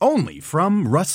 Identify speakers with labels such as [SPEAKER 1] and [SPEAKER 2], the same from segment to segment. [SPEAKER 1] Only from Rust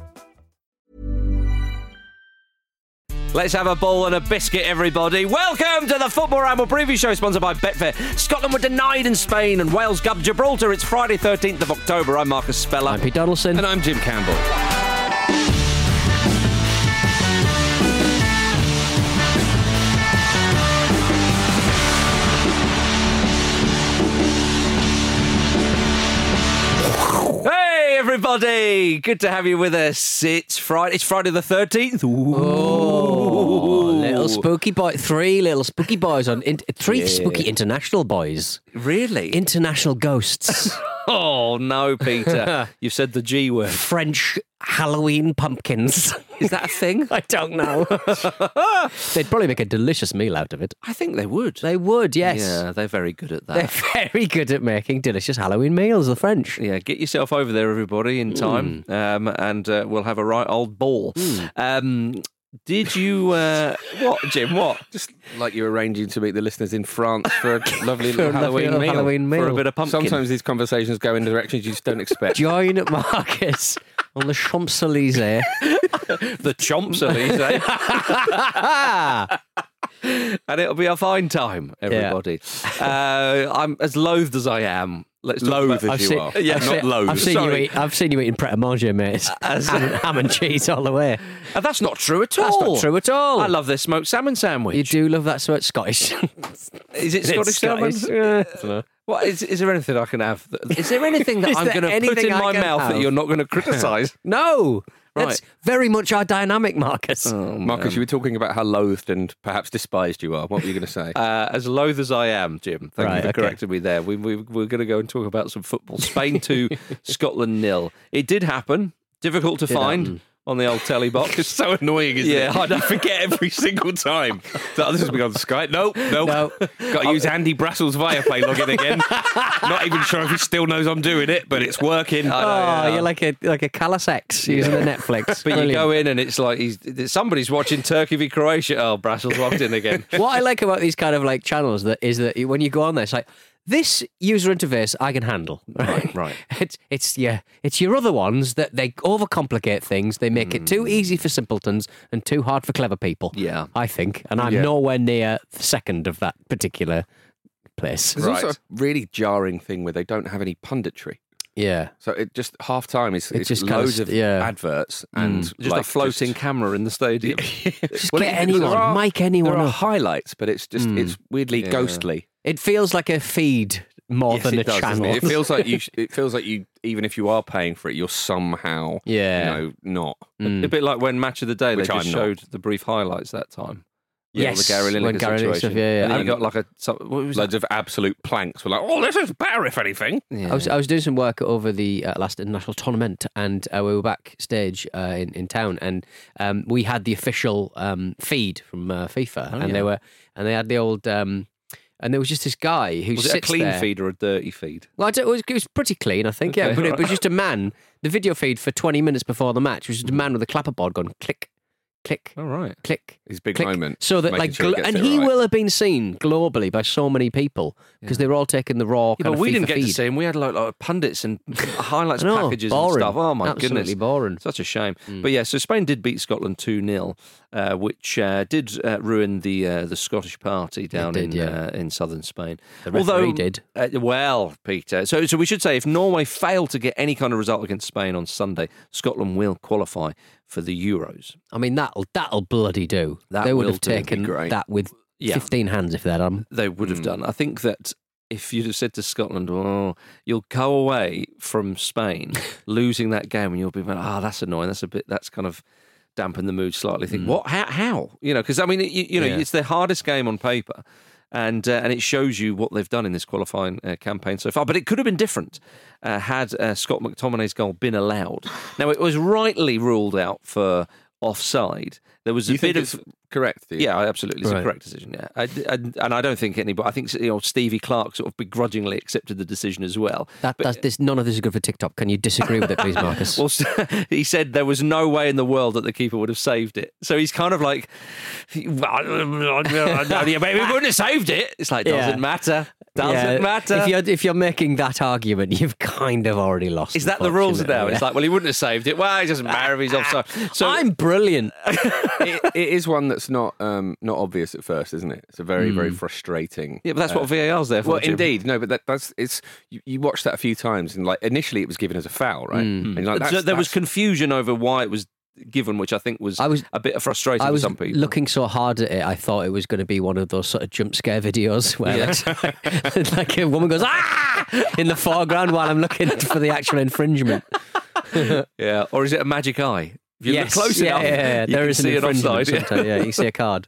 [SPEAKER 2] Let's have a bowl and a biscuit, everybody. Welcome to the Football Ramble preview show sponsored by Betfair. Scotland were denied in Spain and Wales gubbed Gibraltar. It's Friday, 13th of October. I'm Marcus Speller.
[SPEAKER 3] I'm Pete Donaldson.
[SPEAKER 2] And I'm Jim Campbell. Hey Everybody, good to have you with us. It's Friday. It's Friday the thirteenth.
[SPEAKER 3] Oh, little spooky boy. Three little spooky boys on in, three spooky international boys.
[SPEAKER 2] Really?
[SPEAKER 3] International ghosts.
[SPEAKER 2] oh no, Peter! You've said the G word.
[SPEAKER 3] French Halloween pumpkins.
[SPEAKER 2] Is that a thing?
[SPEAKER 3] I don't know. They'd probably make a delicious meal out of it.
[SPEAKER 2] I think they would.
[SPEAKER 3] They would, yes.
[SPEAKER 2] Yeah, they're very good at
[SPEAKER 3] They're
[SPEAKER 2] that.
[SPEAKER 3] very good at making delicious Halloween meals, the French.
[SPEAKER 2] yeah, get yourself over there, everybody, in time, um, and uh, we'll have a right old ball. Um, did you uh, what, Jim? What?
[SPEAKER 4] Just like you're arranging to meet the listeners in France for a lovely
[SPEAKER 3] For a
[SPEAKER 4] little Halloween,
[SPEAKER 3] lovely little
[SPEAKER 4] meal.
[SPEAKER 3] Halloween meal.
[SPEAKER 2] for a bit of pumpkin?
[SPEAKER 4] Sometimes these conversations go in directions you just don't expect.
[SPEAKER 3] Join Marcus on the Champs Elysees.
[SPEAKER 2] the chomps of these, eh? and it'll be a fine time, everybody. Uh, I'm as loath as I am. Let's talk
[SPEAKER 4] Loathe
[SPEAKER 2] about-
[SPEAKER 4] as I've you seen- are.
[SPEAKER 2] Yeah,
[SPEAKER 3] I've
[SPEAKER 2] not
[SPEAKER 3] seen-
[SPEAKER 2] loathe.
[SPEAKER 3] I've seen you
[SPEAKER 2] Sorry.
[SPEAKER 3] eat. I've seen you eating pret a manger, mate. ham, and- ham and cheese all the way.
[SPEAKER 2] Uh, that's not true at all.
[SPEAKER 3] That's not true at all.
[SPEAKER 2] I love this smoked salmon sandwich.
[SPEAKER 3] You do love that sort Scottish.
[SPEAKER 2] Is it Scottish,
[SPEAKER 3] Scottish.
[SPEAKER 2] salmon? What is, is there anything I can have? that- Is there anything that
[SPEAKER 3] Is
[SPEAKER 2] I'm
[SPEAKER 3] there
[SPEAKER 2] going to put
[SPEAKER 3] anything
[SPEAKER 2] in
[SPEAKER 3] I
[SPEAKER 2] my
[SPEAKER 3] can
[SPEAKER 2] mouth that
[SPEAKER 3] have?
[SPEAKER 2] you're not going to criticise?
[SPEAKER 3] no,
[SPEAKER 2] Right.
[SPEAKER 3] that's
[SPEAKER 2] Oh,
[SPEAKER 3] very much our dynamic, Marcus.
[SPEAKER 5] Oh,
[SPEAKER 4] Marcus,
[SPEAKER 2] Um,
[SPEAKER 4] you were talking about how loathed and perhaps despised you are. What were you going to say?
[SPEAKER 2] Uh, as loath as I am, Jim, thank you
[SPEAKER 3] Right,
[SPEAKER 2] for
[SPEAKER 3] okay.
[SPEAKER 2] correcting me there. We, we, we're going to go and talk about some football. Spain 2, Scotland nil. It did happen. Difficult to find on the old telly box.
[SPEAKER 4] it's so annoying, isn't
[SPEAKER 2] yeah,
[SPEAKER 4] it?
[SPEAKER 2] I know.
[SPEAKER 4] forget every single time. So this has been on Skype. Nope, nope. Got
[SPEAKER 2] Oh.
[SPEAKER 4] to use Andy Brassel's Viaplay login again. Not even sure if he still knows I'm doing it, but it's working.
[SPEAKER 3] oh, you're like a like a callous ex using the Netflix.
[SPEAKER 2] But you
[SPEAKER 3] Brilliant.
[SPEAKER 2] go in and it's like he's, somebody's watching Turkey v Croatia. Oh, Brassel's logged in again.
[SPEAKER 3] what I like about these kind of like channels that is that when you go on there, it's like this user interface I can handle. Right,
[SPEAKER 2] right.
[SPEAKER 3] It's it's yeah, it's your other ones that they overcomplicate things. They make it too easy for simpletons and too hard for clever people.
[SPEAKER 2] Yeah.
[SPEAKER 3] I think, and I'm nowhere near the second of that particular place.
[SPEAKER 4] There's also a really jarring thing where they don't have any punditry.
[SPEAKER 3] Yeah.
[SPEAKER 4] So it just half time is it's
[SPEAKER 3] just
[SPEAKER 4] just
[SPEAKER 3] kinda
[SPEAKER 4] loads
[SPEAKER 3] st-
[SPEAKER 4] of
[SPEAKER 3] yeah. Hmm.
[SPEAKER 4] adverts and
[SPEAKER 2] Just
[SPEAKER 4] like,
[SPEAKER 2] a floating
[SPEAKER 4] just-
[SPEAKER 2] camera in the stadium.
[SPEAKER 3] Just
[SPEAKER 4] Well,
[SPEAKER 3] get
[SPEAKER 4] it- there
[SPEAKER 3] anyone,
[SPEAKER 4] are-
[SPEAKER 3] mic anyone
[SPEAKER 4] There are
[SPEAKER 3] up. Hmm.
[SPEAKER 4] highlights, but it's just it's weirdly ghostly.
[SPEAKER 3] It feels like a feed more
[SPEAKER 4] Yes,
[SPEAKER 3] than
[SPEAKER 4] it
[SPEAKER 3] a
[SPEAKER 4] does, doesn't
[SPEAKER 3] channel.
[SPEAKER 4] It? it feels like you. sh- It feels like you even if you are paying for it, you're somehow
[SPEAKER 3] Yeah. Mm.
[SPEAKER 4] you know not.
[SPEAKER 2] A bit like when Match of the Day,
[SPEAKER 4] Which
[SPEAKER 2] they
[SPEAKER 4] I'm
[SPEAKER 2] just
[SPEAKER 4] not.
[SPEAKER 2] showed the brief highlights that time.
[SPEAKER 3] Yes,
[SPEAKER 2] the Gary
[SPEAKER 3] when
[SPEAKER 2] Lineker
[SPEAKER 3] Gary Lineker
[SPEAKER 2] situation.
[SPEAKER 3] stuff, yeah, Um, yeah.
[SPEAKER 2] And then
[SPEAKER 3] And-
[SPEAKER 2] you got like a some- what was
[SPEAKER 4] Loads of absolute planks were like, oh, this is better if anything.
[SPEAKER 3] I was I was doing some work over the uh, last international tournament, and uh, we were backstage uh, in in town, and um, we had the official um, feed from uh,
[SPEAKER 2] Oh,
[SPEAKER 3] FIFA, and they were and they had the old. Um, and there was just this guy who
[SPEAKER 2] was
[SPEAKER 3] sits
[SPEAKER 2] it a clean
[SPEAKER 3] there.
[SPEAKER 2] feed or a dirty feed?
[SPEAKER 3] Well, I don't- it was, it was pretty clean, I think. Yeah, but it was just a man. The video feed for 20 minutes before the match was just a man with a clapper board going click, click,
[SPEAKER 2] All right.
[SPEAKER 3] click.
[SPEAKER 4] His big
[SPEAKER 3] click,
[SPEAKER 4] moment,
[SPEAKER 3] So that
[SPEAKER 4] making
[SPEAKER 3] like,
[SPEAKER 4] sure he
[SPEAKER 3] glo-
[SPEAKER 4] gets
[SPEAKER 3] and
[SPEAKER 4] it
[SPEAKER 3] he
[SPEAKER 4] right.
[SPEAKER 3] will have been seen globally by so many people because they were all taking the raw.
[SPEAKER 2] Yeah, but
[SPEAKER 3] kind of
[SPEAKER 2] we didn't
[SPEAKER 3] FIFA
[SPEAKER 2] get
[SPEAKER 3] feed.
[SPEAKER 2] to see him. We had like, like pundits and highlights
[SPEAKER 3] I know,
[SPEAKER 2] packages
[SPEAKER 3] boring.
[SPEAKER 2] and stuff. Oh my
[SPEAKER 3] Absolutely
[SPEAKER 2] goodness,
[SPEAKER 3] boring. Mm.
[SPEAKER 2] Such a shame. But yeah, so Spain did beat Scotland two 0 uh, which uh, did uh, ruin the uh, the Scottish party down
[SPEAKER 3] did,
[SPEAKER 2] in
[SPEAKER 3] yeah.
[SPEAKER 2] uh, in southern Spain.
[SPEAKER 3] The referee did.
[SPEAKER 2] Uh, well, Peter. So so we should say if Norway fail to get any kind of result against Spain on Sunday, Scotland will qualify for the Euros.
[SPEAKER 3] I mean, that'll that'll bloody do.
[SPEAKER 2] That
[SPEAKER 3] they would
[SPEAKER 2] will
[SPEAKER 3] have
[SPEAKER 2] do, it'd be
[SPEAKER 3] taken
[SPEAKER 2] great.
[SPEAKER 3] that with
[SPEAKER 2] Yeah.
[SPEAKER 3] 15 hands if they'd had 'em.
[SPEAKER 2] they would have
[SPEAKER 4] Hmm.
[SPEAKER 2] done. I think that if you'd have said to Scotland, "Oh, you'll go away from Spain losing that game," and you'll be like, "Ah, that's annoying. That's a bit. That's kind of dampen the mood slightly."
[SPEAKER 4] Hmm.
[SPEAKER 2] Think what? How? how? You know, because I mean, you, you know,
[SPEAKER 3] Yeah.
[SPEAKER 2] it's their hardest game on paper. And, uh, and it shows you what they've done in this qualifying uh, campaign so far. But it could have been different uh, had uh, Scott McTominay's goal been allowed. Now, it was rightly ruled out for offside. There was a
[SPEAKER 4] You
[SPEAKER 2] bit
[SPEAKER 4] think it's
[SPEAKER 2] of
[SPEAKER 4] correct? do you?
[SPEAKER 2] yeah, I absolutely. It's
[SPEAKER 3] Right.
[SPEAKER 2] a correct decision. Yeah, I, I- and I don't think anybody. I think you know Stevie Clark sort of begrudgingly accepted the decision as well.
[SPEAKER 3] That, that's, this, none of this is good for TikTok. Can you disagree with it, please, Marcus?
[SPEAKER 2] Well, he said there was no way in the world that the keeper would have saved it. So he's kind of like, well, yeah, maybe we wouldn't have saved it. It's like doesn't
[SPEAKER 3] Yeah.
[SPEAKER 2] matter. Doesn't
[SPEAKER 3] Yeah,
[SPEAKER 2] matter.
[SPEAKER 3] If you're, if you're making that argument, you've kind of already lost.
[SPEAKER 2] is that the rules now?
[SPEAKER 3] unfortunately.
[SPEAKER 2] It's like, well, he wouldn't have saved it. Well, it doesn't matter if he's offside. So
[SPEAKER 3] I'm brilliant.
[SPEAKER 5] it, it is one that's not um, not obvious at first, isn't it? It's a very
[SPEAKER 4] Hmm.
[SPEAKER 5] very frustrating. uh,
[SPEAKER 2] yeah, but that's what VAR's there for.
[SPEAKER 5] Well,
[SPEAKER 2] Jim.
[SPEAKER 5] indeed, no, but that, that's it's. You, you watch that a few times, and like initially it was given as a foul, right?
[SPEAKER 4] Hmm.
[SPEAKER 5] And you're like,
[SPEAKER 2] So
[SPEAKER 5] that's-
[SPEAKER 2] there was
[SPEAKER 5] that's-
[SPEAKER 2] confusion over why it was given, which I think was,
[SPEAKER 3] I was-
[SPEAKER 2] a bit frustrating
[SPEAKER 3] I
[SPEAKER 2] for
[SPEAKER 3] was
[SPEAKER 2] some people.
[SPEAKER 3] looking so hard at it, I thought it was going to be one of those sort of jump scare videos where like, like a woman goes ah in the foreground while I'm looking for the actual infringement.
[SPEAKER 2] Yeah, or is it a magic eye? If you
[SPEAKER 3] Yes,
[SPEAKER 2] look close
[SPEAKER 3] yeah,
[SPEAKER 2] enough,
[SPEAKER 3] yeah, yeah.
[SPEAKER 2] you
[SPEAKER 3] there
[SPEAKER 2] can
[SPEAKER 3] is an
[SPEAKER 2] see it
[SPEAKER 3] infringement
[SPEAKER 2] offside. Yeah.
[SPEAKER 3] sometime, Yeah, you see a card.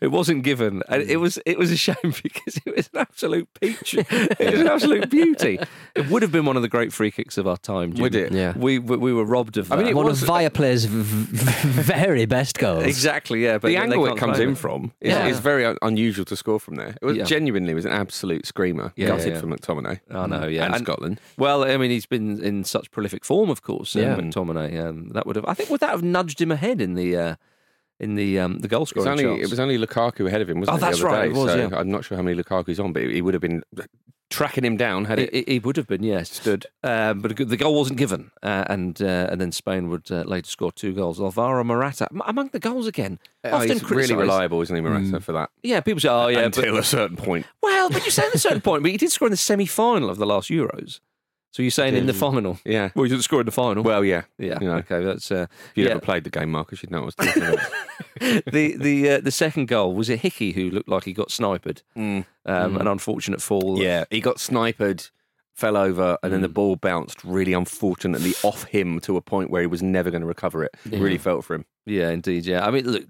[SPEAKER 2] It wasn't given, and
[SPEAKER 3] Hmm.
[SPEAKER 2] it was it was a shame because it was an absolute peach. it was an absolute beauty. It would have been one of the great free kicks of our time. Jim.
[SPEAKER 5] Would it?
[SPEAKER 3] Yeah.
[SPEAKER 2] we we, we were robbed of. That.
[SPEAKER 5] mean, it
[SPEAKER 3] One of
[SPEAKER 5] was- uh,
[SPEAKER 3] Viaplay's v- v- very best goals.
[SPEAKER 2] exactly. Yeah, but
[SPEAKER 5] the
[SPEAKER 2] yeah, they
[SPEAKER 5] angle it
[SPEAKER 2] can't
[SPEAKER 5] comes
[SPEAKER 2] claim
[SPEAKER 5] in from is,
[SPEAKER 2] Yeah.
[SPEAKER 5] is very un- unusual to score from there. It was
[SPEAKER 2] Yeah.
[SPEAKER 5] genuinely was an absolute screamer.
[SPEAKER 2] Yeah,
[SPEAKER 5] gutted
[SPEAKER 2] yeah.
[SPEAKER 5] for McTominay.
[SPEAKER 2] I know, yeah,
[SPEAKER 5] and, Scotland.
[SPEAKER 2] Well, I mean, he's been in such prolific form, of course. Yeah,
[SPEAKER 3] Yeah.
[SPEAKER 2] McTominay. Um, that would have, I think, would that have nudged him ahead in the uh, in the um, the goal
[SPEAKER 5] It was,
[SPEAKER 2] scoring?
[SPEAKER 5] only,
[SPEAKER 2] charts?
[SPEAKER 5] it was only Lukaku ahead of him, wasn't
[SPEAKER 2] Oh,
[SPEAKER 5] it?
[SPEAKER 2] that's
[SPEAKER 5] the other
[SPEAKER 2] right,
[SPEAKER 5] Day?
[SPEAKER 2] it was,
[SPEAKER 5] so
[SPEAKER 2] yeah.
[SPEAKER 5] I'm not sure how many Lukaku's on, but he would have been tracking him down had it.
[SPEAKER 2] It, it would have been, yes. Stood. Um, but the goal wasn't given. Uh, and uh, and then Spain would uh, later score two goals. Alvaro Morata, am- among the goals again.
[SPEAKER 5] Oh,
[SPEAKER 2] often
[SPEAKER 5] he's really
[SPEAKER 2] criticised.
[SPEAKER 5] reliable, isn't he, Morata, for that?
[SPEAKER 2] Yeah, people say, oh, yeah.
[SPEAKER 5] Until
[SPEAKER 2] But,
[SPEAKER 5] a certain point.
[SPEAKER 2] well, but you say at a certain point, but he did score in the semi final of the last Euros. So you're saying in the final?
[SPEAKER 5] Yeah.
[SPEAKER 2] Well, he didn't score in the final.
[SPEAKER 5] Well, yeah.
[SPEAKER 2] yeah.
[SPEAKER 5] You know,
[SPEAKER 2] Okay, that's. Uh,
[SPEAKER 5] If you'd
[SPEAKER 2] yeah.
[SPEAKER 5] ever played the game, Marcus, you'd know what I was talking about.
[SPEAKER 2] the the uh, the second goal was a Hickey who looked like he got sniped. Um, An unfortunate fall.
[SPEAKER 5] Mm. Mm-hmm. yeah, he got sniped, fell over, and then
[SPEAKER 2] Mm.
[SPEAKER 5] the ball bounced really unfortunately off him to a point where he was never going to recover it. Really felt for him.
[SPEAKER 2] Yeah, indeed. Yeah. I mean, look,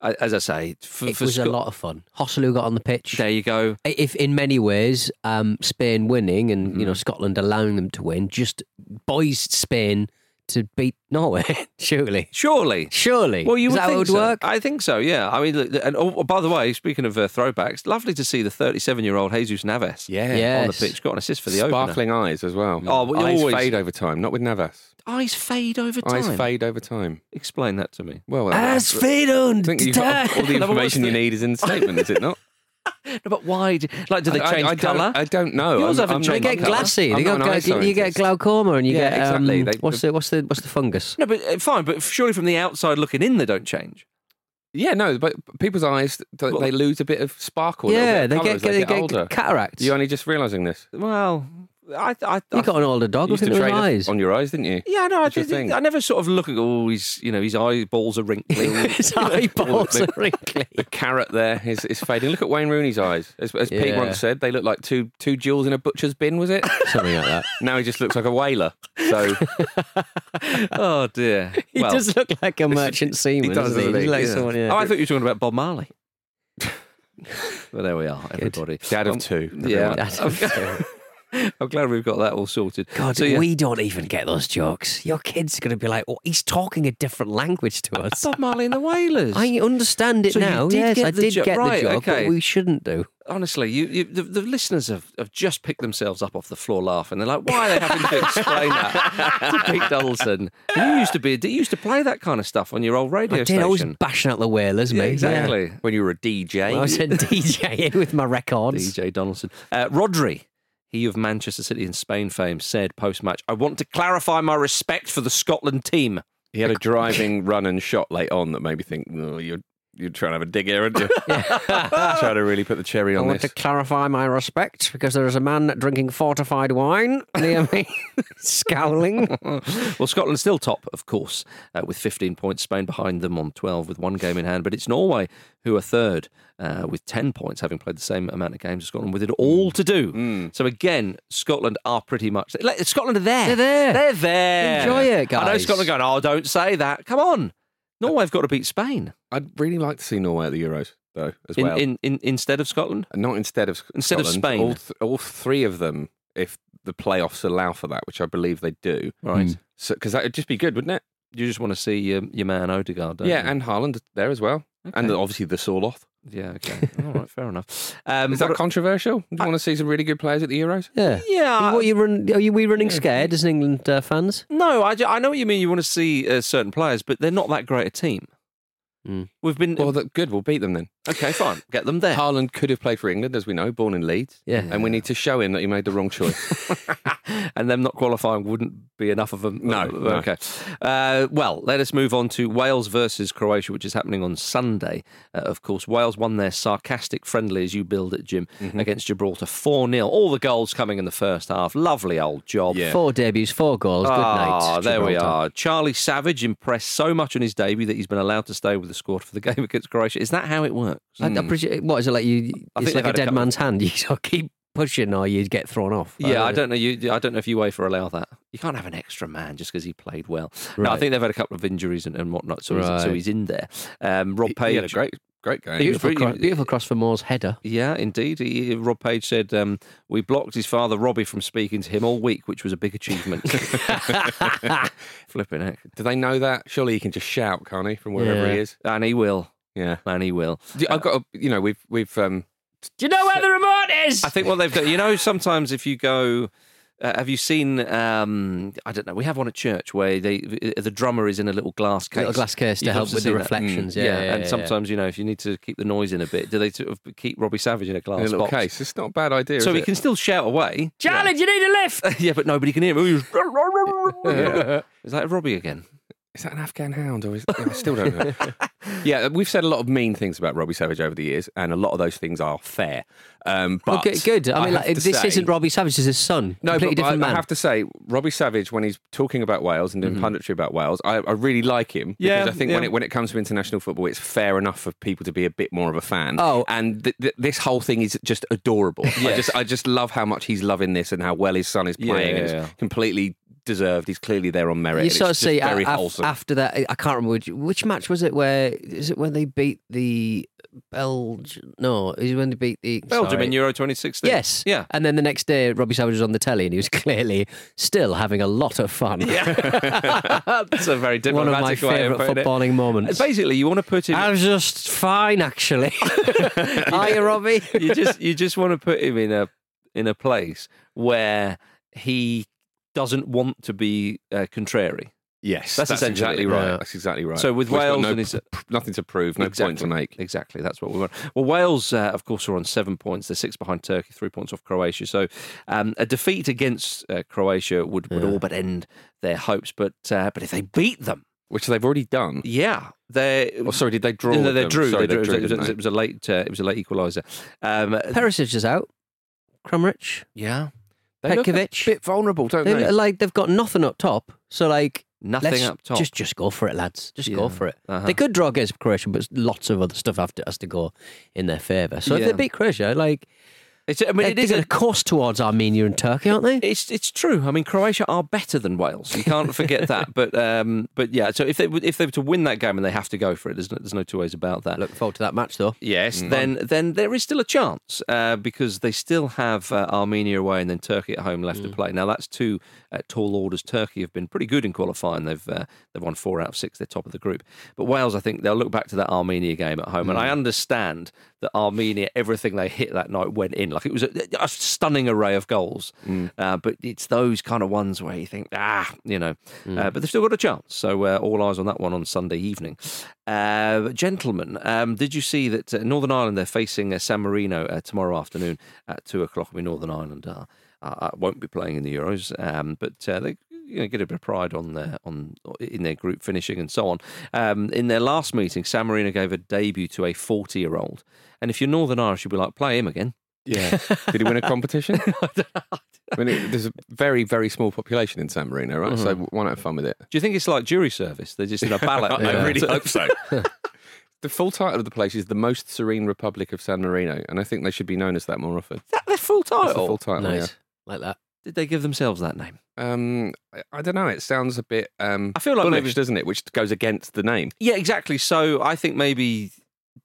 [SPEAKER 2] I- as I say, for,
[SPEAKER 3] It
[SPEAKER 2] for
[SPEAKER 3] was
[SPEAKER 2] Scot-
[SPEAKER 3] a lot of fun. Hosselu got on the pitch.
[SPEAKER 2] There you go.
[SPEAKER 3] if in many ways um, Spain winning and you know
[SPEAKER 5] Mm.
[SPEAKER 3] Scotland allowing them to win just buoys Spain to beat Norway. surely,
[SPEAKER 2] Surely.
[SPEAKER 3] surely.
[SPEAKER 2] Well, you
[SPEAKER 3] Is
[SPEAKER 2] would
[SPEAKER 3] that how
[SPEAKER 2] think
[SPEAKER 3] it would
[SPEAKER 2] so.
[SPEAKER 3] work?
[SPEAKER 2] I think so. Yeah. I mean, look, and oh, by the way, speaking of uh, throwbacks, lovely to see the 37-year-old Jesus Navas.
[SPEAKER 5] Yeah.
[SPEAKER 2] on the
[SPEAKER 3] Yes.
[SPEAKER 2] pitch, got an assist for the opener.
[SPEAKER 5] Sparkling eyes as well.
[SPEAKER 2] Oh, well, you
[SPEAKER 5] eyes
[SPEAKER 2] always-
[SPEAKER 5] fade over time, not with Navas.
[SPEAKER 2] Eyes fade over time.
[SPEAKER 5] Eyes fade over time.
[SPEAKER 2] Explain that to me.
[SPEAKER 5] Well,
[SPEAKER 3] As
[SPEAKER 5] I
[SPEAKER 3] fade on
[SPEAKER 5] think you've got all the
[SPEAKER 2] No, but what's
[SPEAKER 5] information you
[SPEAKER 2] the-
[SPEAKER 5] need is in the statement, is it not?
[SPEAKER 2] No, but why? Do, like, do they
[SPEAKER 5] I- I-
[SPEAKER 2] change
[SPEAKER 5] I don't-
[SPEAKER 2] colour?
[SPEAKER 5] I don't know.
[SPEAKER 2] Yours
[SPEAKER 5] I'm-
[SPEAKER 2] haven't
[SPEAKER 5] I'm
[SPEAKER 3] They
[SPEAKER 2] changed.
[SPEAKER 5] not-
[SPEAKER 3] get
[SPEAKER 2] colour.
[SPEAKER 3] glassy.
[SPEAKER 5] I'm
[SPEAKER 3] They
[SPEAKER 5] not
[SPEAKER 3] got
[SPEAKER 5] an eye
[SPEAKER 3] gla- you get
[SPEAKER 5] scientist.
[SPEAKER 3] glaucoma and you
[SPEAKER 5] Yeah,
[SPEAKER 3] get um,
[SPEAKER 5] exactly. They-
[SPEAKER 3] what's the what's the what's the fungus?
[SPEAKER 2] No, but uh, fine. But surely from the outside looking in, they don't change.
[SPEAKER 5] Yeah, no, but people's eyes they,
[SPEAKER 2] Well-
[SPEAKER 5] they lose a bit of sparkle. a little
[SPEAKER 3] yeah,
[SPEAKER 5] bit
[SPEAKER 3] they
[SPEAKER 5] of colour
[SPEAKER 3] get,
[SPEAKER 5] as
[SPEAKER 3] they
[SPEAKER 5] older.
[SPEAKER 3] cataracts.
[SPEAKER 5] You're only just realising this.
[SPEAKER 2] Well, I, I, I
[SPEAKER 3] You got an older dog.
[SPEAKER 5] You used
[SPEAKER 3] Look at
[SPEAKER 5] to
[SPEAKER 3] his
[SPEAKER 5] trade
[SPEAKER 3] eyes.
[SPEAKER 5] on your eyes, didn't you?
[SPEAKER 2] Yeah, no, I,
[SPEAKER 5] That's your
[SPEAKER 2] did,
[SPEAKER 5] thing.
[SPEAKER 2] I never sort of look at all his, you know, his eyeballs are wrinkling.
[SPEAKER 3] His eyeballs are
[SPEAKER 5] the-
[SPEAKER 3] wrinkly.
[SPEAKER 5] The carrot there is, is fading. Look at Wayne Rooney's eyes. As, as Pete
[SPEAKER 3] Yeah.
[SPEAKER 5] once said, they look like two two jewels in a butcher's bin. Was it?
[SPEAKER 3] Something like that.
[SPEAKER 5] now he just looks like a whaler. So,
[SPEAKER 2] oh dear.
[SPEAKER 3] He
[SPEAKER 2] Well,
[SPEAKER 3] does look like a merchant seaman.
[SPEAKER 5] does,
[SPEAKER 3] doesn't he?
[SPEAKER 5] doesn't he?
[SPEAKER 3] He's like
[SPEAKER 5] Yeah.
[SPEAKER 3] someone, yeah.
[SPEAKER 2] Oh, I thought you were talking about Bob Marley. well, there we are, everybody.
[SPEAKER 5] dad of
[SPEAKER 2] Um,
[SPEAKER 5] two.
[SPEAKER 2] Yeah,
[SPEAKER 5] everyone.
[SPEAKER 3] Dad of
[SPEAKER 2] I'm- I'm glad we've got that all sorted.
[SPEAKER 3] God,
[SPEAKER 2] so, yeah,
[SPEAKER 3] Oh, we don't even get those jokes. Your kid's going to be like, oh, he's talking a different language to us.
[SPEAKER 2] Bob Marley and the Wailers.
[SPEAKER 3] I understand it
[SPEAKER 2] So you
[SPEAKER 3] now.
[SPEAKER 2] did
[SPEAKER 3] Yes,
[SPEAKER 2] get
[SPEAKER 3] I
[SPEAKER 2] the
[SPEAKER 3] did
[SPEAKER 2] jo-
[SPEAKER 3] get
[SPEAKER 2] right,
[SPEAKER 3] the joke,
[SPEAKER 2] okay.
[SPEAKER 3] but we shouldn't do.
[SPEAKER 2] Honestly, you, you the, the listeners have, have just picked themselves up off the floor laughing. They're like, why are they having to explain that to Pete Donaldson? You used to be, a, you used to play that kind of stuff on your old radio
[SPEAKER 3] I did.
[SPEAKER 2] station.
[SPEAKER 3] I was bashing out the whalers,
[SPEAKER 2] yeah,
[SPEAKER 3] mate.
[SPEAKER 2] exactly.
[SPEAKER 5] When you were a DJ,
[SPEAKER 3] Yeah. Well, I was a DJ with my records.
[SPEAKER 2] DJ Donaldson. Uh, Rodri, he of Manchester City and Spain fame, said post match, I want to clarify my respect for the Scotland team.
[SPEAKER 5] he had a driving run and shot late on that made me think oh, you're you're trying to have a dig here, aren't you? trying to really put the cherry
[SPEAKER 3] I
[SPEAKER 5] on
[SPEAKER 3] want
[SPEAKER 5] this.
[SPEAKER 3] to clarify my respect because there is a man drinking fortified wine near me, scowling.
[SPEAKER 2] Well, Scotland still top, of course, uh, with 15 points. Spain behind them on 12 with one game in hand. But it's Norway who are third uh, with 10 points, having played the same amount of games as Scotland, with it
[SPEAKER 5] Mm.
[SPEAKER 2] all to do. So again, Scotland are pretty much. like, Scotland are there.
[SPEAKER 3] They're there.
[SPEAKER 2] They're there.
[SPEAKER 3] Enjoy it,
[SPEAKER 2] I know
[SPEAKER 3] guys.
[SPEAKER 2] Scotland going, oh, don't say that. Come on. Norway have got to beat Spain
[SPEAKER 5] I'd really like to see Norway at the Euros though, as
[SPEAKER 2] in,
[SPEAKER 5] well.
[SPEAKER 2] in, in, instead of Scotland.
[SPEAKER 5] Not instead of
[SPEAKER 2] Instead of
[SPEAKER 5] Scotland,
[SPEAKER 2] Spain.
[SPEAKER 5] All, th- all three of them, if the playoffs allow for that, which I believe they do,
[SPEAKER 2] Right.
[SPEAKER 5] So because that would just be good, wouldn't it?
[SPEAKER 2] You just want to see um, your man Odegaard, don't
[SPEAKER 5] yeah,
[SPEAKER 2] you?
[SPEAKER 5] and Haaland there as well, and
[SPEAKER 2] Okay.
[SPEAKER 5] obviously the Soloth.
[SPEAKER 2] yeah, okay, all right, fair enough. Um,
[SPEAKER 5] Is that
[SPEAKER 2] what-
[SPEAKER 5] controversial? Do you want to see some really good players at the Euros?
[SPEAKER 3] Yeah.
[SPEAKER 2] yeah,
[SPEAKER 3] What, are, you run, are you we running scared as England uh, fans?
[SPEAKER 2] no, I, ju- I know what you mean. You want to see uh, certain players, but they're not that great a team.
[SPEAKER 3] Mm.
[SPEAKER 2] We've been
[SPEAKER 5] Hmm. Well, that, good. We'll beat them then.
[SPEAKER 2] okay, fine, get them there.
[SPEAKER 5] Haaland could have played for England, as we know, born in Leeds.
[SPEAKER 3] Yeah.
[SPEAKER 5] And we need to show him that he made the wrong choice.
[SPEAKER 2] and them not qualifying wouldn't be enough of them.
[SPEAKER 5] No, no.
[SPEAKER 2] Okay. Uh, well, let us move on to Wales versus Croatia, which is happening on Sunday. Uh, of course, Wales won their sarcastic friendly, as you build it, Jim,
[SPEAKER 5] Mm-hmm.
[SPEAKER 2] against Gibraltar 4 0. All the goals coming in the first half. Lovely old job.
[SPEAKER 3] Four debuts, four goals. Good night.
[SPEAKER 2] Ah, there we
[SPEAKER 3] Gibraltar.
[SPEAKER 2] are. Charlie Savage impressed so much on his debut that he's been allowed to stay with the squad for the game against Croatia. Is that how it works? Hmm.
[SPEAKER 3] I, I appreciate, what is it like? You,
[SPEAKER 2] I think they've
[SPEAKER 3] it's like
[SPEAKER 2] had a
[SPEAKER 3] a dead
[SPEAKER 2] couple-
[SPEAKER 3] man's hand. You sort of keep pushing, or you'd get thrown off.
[SPEAKER 2] Yeah, I don't know. You, I don't know if UEFA allow that. You can't have an extra man just because he played well. No, I
[SPEAKER 3] Right.
[SPEAKER 2] think they've had a couple of injuries and, and whatnot, so, he's, so
[SPEAKER 3] Right.
[SPEAKER 2] he's in there. Um, Rob
[SPEAKER 5] He-
[SPEAKER 2] Page,
[SPEAKER 5] He had a great, great game.
[SPEAKER 3] Beautiful,
[SPEAKER 2] pretty-
[SPEAKER 3] cross, beautiful cross for Moore's header.
[SPEAKER 2] yeah, indeed. He, Rob Page said um, we blocked his father Robbie from speaking to him all week, which was a big achievement. Flipping heck,
[SPEAKER 5] Do they know that? Surely he can just shout, can't he, from wherever he
[SPEAKER 3] Yeah.
[SPEAKER 5] is?
[SPEAKER 2] and he will,
[SPEAKER 5] Yeah.
[SPEAKER 2] and he will.
[SPEAKER 5] Do- I've got, a, you know, we've we've um,
[SPEAKER 3] Do you know where the remote is?
[SPEAKER 2] I think what they've done, you know, sometimes if you go, uh, have you seen? Um, I don't know. We have one at church where they the drummer is in a little glass case,
[SPEAKER 3] Little glass case to
[SPEAKER 2] You've
[SPEAKER 3] help
[SPEAKER 2] obviously
[SPEAKER 3] with
[SPEAKER 2] seen
[SPEAKER 3] the
[SPEAKER 2] that. Mm,
[SPEAKER 3] reflections. Yeah, yeah,
[SPEAKER 2] and
[SPEAKER 3] yeah,
[SPEAKER 2] sometimes you know if you need to keep the noise in a bit, do they sort of keep Robbie Savage in a glass
[SPEAKER 5] in a little
[SPEAKER 2] box?
[SPEAKER 5] case. It's not a bad idea.
[SPEAKER 2] So
[SPEAKER 5] is
[SPEAKER 2] he
[SPEAKER 5] it?
[SPEAKER 2] can still shout away.
[SPEAKER 3] Charlie, do you need a lift?
[SPEAKER 2] yeah, but nobody can hear him. Is that Robbie again?
[SPEAKER 5] Is that an Afghan hound? Or is, I still don't know. yeah, we've said a lot of mean things about Robbie Savage over the years, and a lot of those things are fair. Um, but
[SPEAKER 3] okay, good. I mean,
[SPEAKER 5] have
[SPEAKER 3] like,
[SPEAKER 5] to
[SPEAKER 3] this
[SPEAKER 5] say-
[SPEAKER 3] isn't Robbie Savage, this is his son.
[SPEAKER 5] No,
[SPEAKER 3] Completely
[SPEAKER 5] but I,
[SPEAKER 3] different
[SPEAKER 5] I
[SPEAKER 3] man.
[SPEAKER 5] have to say, Robbie Savage, when he's talking about Wales and doing punditry about Wales, I, I really like him.
[SPEAKER 2] Mm-hmm. Yeah,
[SPEAKER 5] because I think when
[SPEAKER 2] yeah.
[SPEAKER 5] it when it comes to international football, it's fair enough for people to be a bit more of a fan.
[SPEAKER 3] Oh.
[SPEAKER 5] and th- th- this whole thing is just adorable. I just I just love how much he's loving this and how well his son is
[SPEAKER 2] Yeah,
[SPEAKER 5] playing. and
[SPEAKER 2] yeah, yeah.
[SPEAKER 5] It's completely deserved. He's clearly there on merit.
[SPEAKER 3] you
[SPEAKER 5] and
[SPEAKER 3] sort of
[SPEAKER 5] it's just
[SPEAKER 3] see a-
[SPEAKER 5] very
[SPEAKER 3] af-
[SPEAKER 5] wholesome.
[SPEAKER 3] after that. I can't remember which, which match was it. Where is it when they beat the Belgium? No, is it when they beat the
[SPEAKER 2] Belgium
[SPEAKER 3] sorry.
[SPEAKER 2] in Euro 2016.
[SPEAKER 3] Yes.
[SPEAKER 2] Yeah.
[SPEAKER 3] And then the next day, Robbie Savage was on the telly, and he was clearly still having a lot of fun.
[SPEAKER 2] That's a very
[SPEAKER 3] One
[SPEAKER 2] different
[SPEAKER 3] of my favourite footballing moments.
[SPEAKER 2] Basically, you want to put him.
[SPEAKER 3] I was just fine, actually. Are you, Robbie?
[SPEAKER 2] you just you just want to put him in a in a place where he doesn't want to be uh, contrary.
[SPEAKER 5] yes,
[SPEAKER 2] that's essentially
[SPEAKER 5] exactly
[SPEAKER 2] it.
[SPEAKER 5] right.
[SPEAKER 2] Yeah.
[SPEAKER 5] That's exactly right.
[SPEAKER 2] So with
[SPEAKER 5] We've got
[SPEAKER 2] Wales
[SPEAKER 5] no
[SPEAKER 2] and his-
[SPEAKER 5] p- p- nothing to prove, no point to make.
[SPEAKER 2] Exactly, that's what we want. Well, Wales, uh, of course, are on seven points. They're six behind Turkey, three points off Croatia. So um, a defeat against uh, Croatia would, would all but end their hopes. But uh, but if they beat them,
[SPEAKER 5] Which they've already done.
[SPEAKER 2] yeah, they.
[SPEAKER 5] Oh, sorry, did they draw?
[SPEAKER 2] No,
[SPEAKER 5] with
[SPEAKER 2] they
[SPEAKER 5] them?
[SPEAKER 2] drew.
[SPEAKER 5] Sorry,
[SPEAKER 2] they drew. It was-
[SPEAKER 5] didn't
[SPEAKER 2] It, was,
[SPEAKER 5] they?
[SPEAKER 2] a late. Uh, it was a late equaliser. Um,
[SPEAKER 3] Perisic is out. Crumrich.
[SPEAKER 2] yeah,
[SPEAKER 5] They look
[SPEAKER 3] Petkovic.
[SPEAKER 5] a bit vulnerable, don't
[SPEAKER 3] They
[SPEAKER 5] they?
[SPEAKER 3] look like they've got nothing up top. So like
[SPEAKER 2] Nothing
[SPEAKER 3] let's
[SPEAKER 2] up top.
[SPEAKER 3] Just just go for it, lads. Just
[SPEAKER 2] Yeah.
[SPEAKER 3] go for it.
[SPEAKER 2] Uh-huh.
[SPEAKER 3] They could draw against Croatia, but lots of other stuff have to, has to go in their favour. So if
[SPEAKER 2] Yeah.
[SPEAKER 3] they beat Croatia, like
[SPEAKER 2] It's, I mean,
[SPEAKER 3] they're,
[SPEAKER 2] it is
[SPEAKER 3] a
[SPEAKER 2] a
[SPEAKER 3] course towards Armenia and Turkey, aren't they?
[SPEAKER 2] It's it's true. I mean, Croatia are better than Wales. You can't forget that. But um, but yeah. So if they were- if they were to win that game and they have to go for it, there's no, there's no two ways about that.
[SPEAKER 3] Look forward to that match though.
[SPEAKER 2] Yes, then then there is still a chance uh, because they still have uh, Armenia away and then Turkey at home left to play. Now that's two uh, tall orders. Turkey have been pretty good in qualifying. They've uh, they've won four out of six. They're top of the group. But Wales, I think they'll look back to that Armenia game at home, and I understand that Armenia everything they hit that night went in. Like it was a, a stunning array of goals. Uh, but it's those kind of ones where you think ah, you know.
[SPEAKER 5] Hmm.
[SPEAKER 2] Uh, but they've still got a chance. So uh, all eyes on that one on Sunday evening. Uh, gentlemen, um, did you see that uh, Northern Ireland they're facing uh, San Marino uh, tomorrow afternoon at two o'clock? I mean, Northern Ireland are, are, are- won't be playing in the Euros, um, but uh, they you know, get a bit of pride on their on in their group finishing and so on. Um, in their last meeting, San Marino gave a debut to a forty-year-old, and if you're Northern Irish, you'd be like, play him again.
[SPEAKER 5] Yeah. Did he win a competition? I mean, it, there's a very, very small population in San Marino, right? So
[SPEAKER 2] Mm-hmm.
[SPEAKER 5] why not have fun with it?
[SPEAKER 2] Do you think it's like jury service? They're just in a ballot.
[SPEAKER 5] I really hope so. the full title of the place is the Most Serene Republic of San Marino, and I think they should be known as that more often.
[SPEAKER 2] that their full
[SPEAKER 5] That's
[SPEAKER 2] title.
[SPEAKER 5] the full title.
[SPEAKER 3] nice. Like that.
[SPEAKER 2] Did they give themselves that name?
[SPEAKER 5] Yeah. Um, I, I don't know. It sounds a bit. Um,
[SPEAKER 2] I feel like
[SPEAKER 5] bullish,
[SPEAKER 2] maybe-
[SPEAKER 5] doesn't it? Which goes against the name.
[SPEAKER 2] Yeah, exactly. So I think maybe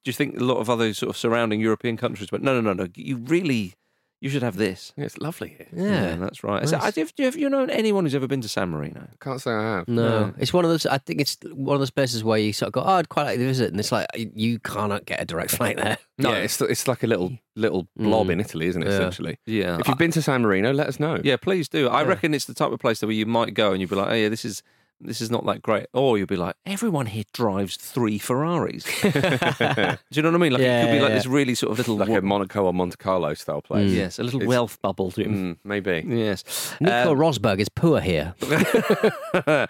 [SPEAKER 2] do you think a lot of other sort of surrounding European countries went, no, no, no, no. You really, you should have this.
[SPEAKER 5] Yeah, it's lovely. Here.
[SPEAKER 3] Yeah.
[SPEAKER 2] that's right. So,
[SPEAKER 3] Nice.
[SPEAKER 2] I- do you- do you- have you known anyone who's ever been to San Marino?
[SPEAKER 5] Can't say I have.
[SPEAKER 3] No, it's one of those. I think it's one of those places where you sort of go, "Oh, I'd quite like to visit," and it's like you cannot get a direct flight there.
[SPEAKER 5] Yeah, it's it's like a little little blob in Italy, isn't it? Essentially.
[SPEAKER 2] Mm. Yeah.
[SPEAKER 5] If you've been to San Marino, let us know.
[SPEAKER 2] Yeah, please do. I reckon it's the type of place that where you might go and you'd be like, oh yeah, this is this is not that great, or you'll be like, everyone here drives three Ferraris. do you know what I mean? Like it could
[SPEAKER 3] Yeah,
[SPEAKER 2] be like
[SPEAKER 3] yeah.
[SPEAKER 2] this really sort of little
[SPEAKER 5] Like
[SPEAKER 2] wo-
[SPEAKER 5] a Monaco or Monte Carlo style place.
[SPEAKER 2] yes, a little wealth bubble to him.
[SPEAKER 5] Mm, maybe.
[SPEAKER 2] Yes,
[SPEAKER 3] Nico
[SPEAKER 2] Um,
[SPEAKER 3] Rosberg is poor here.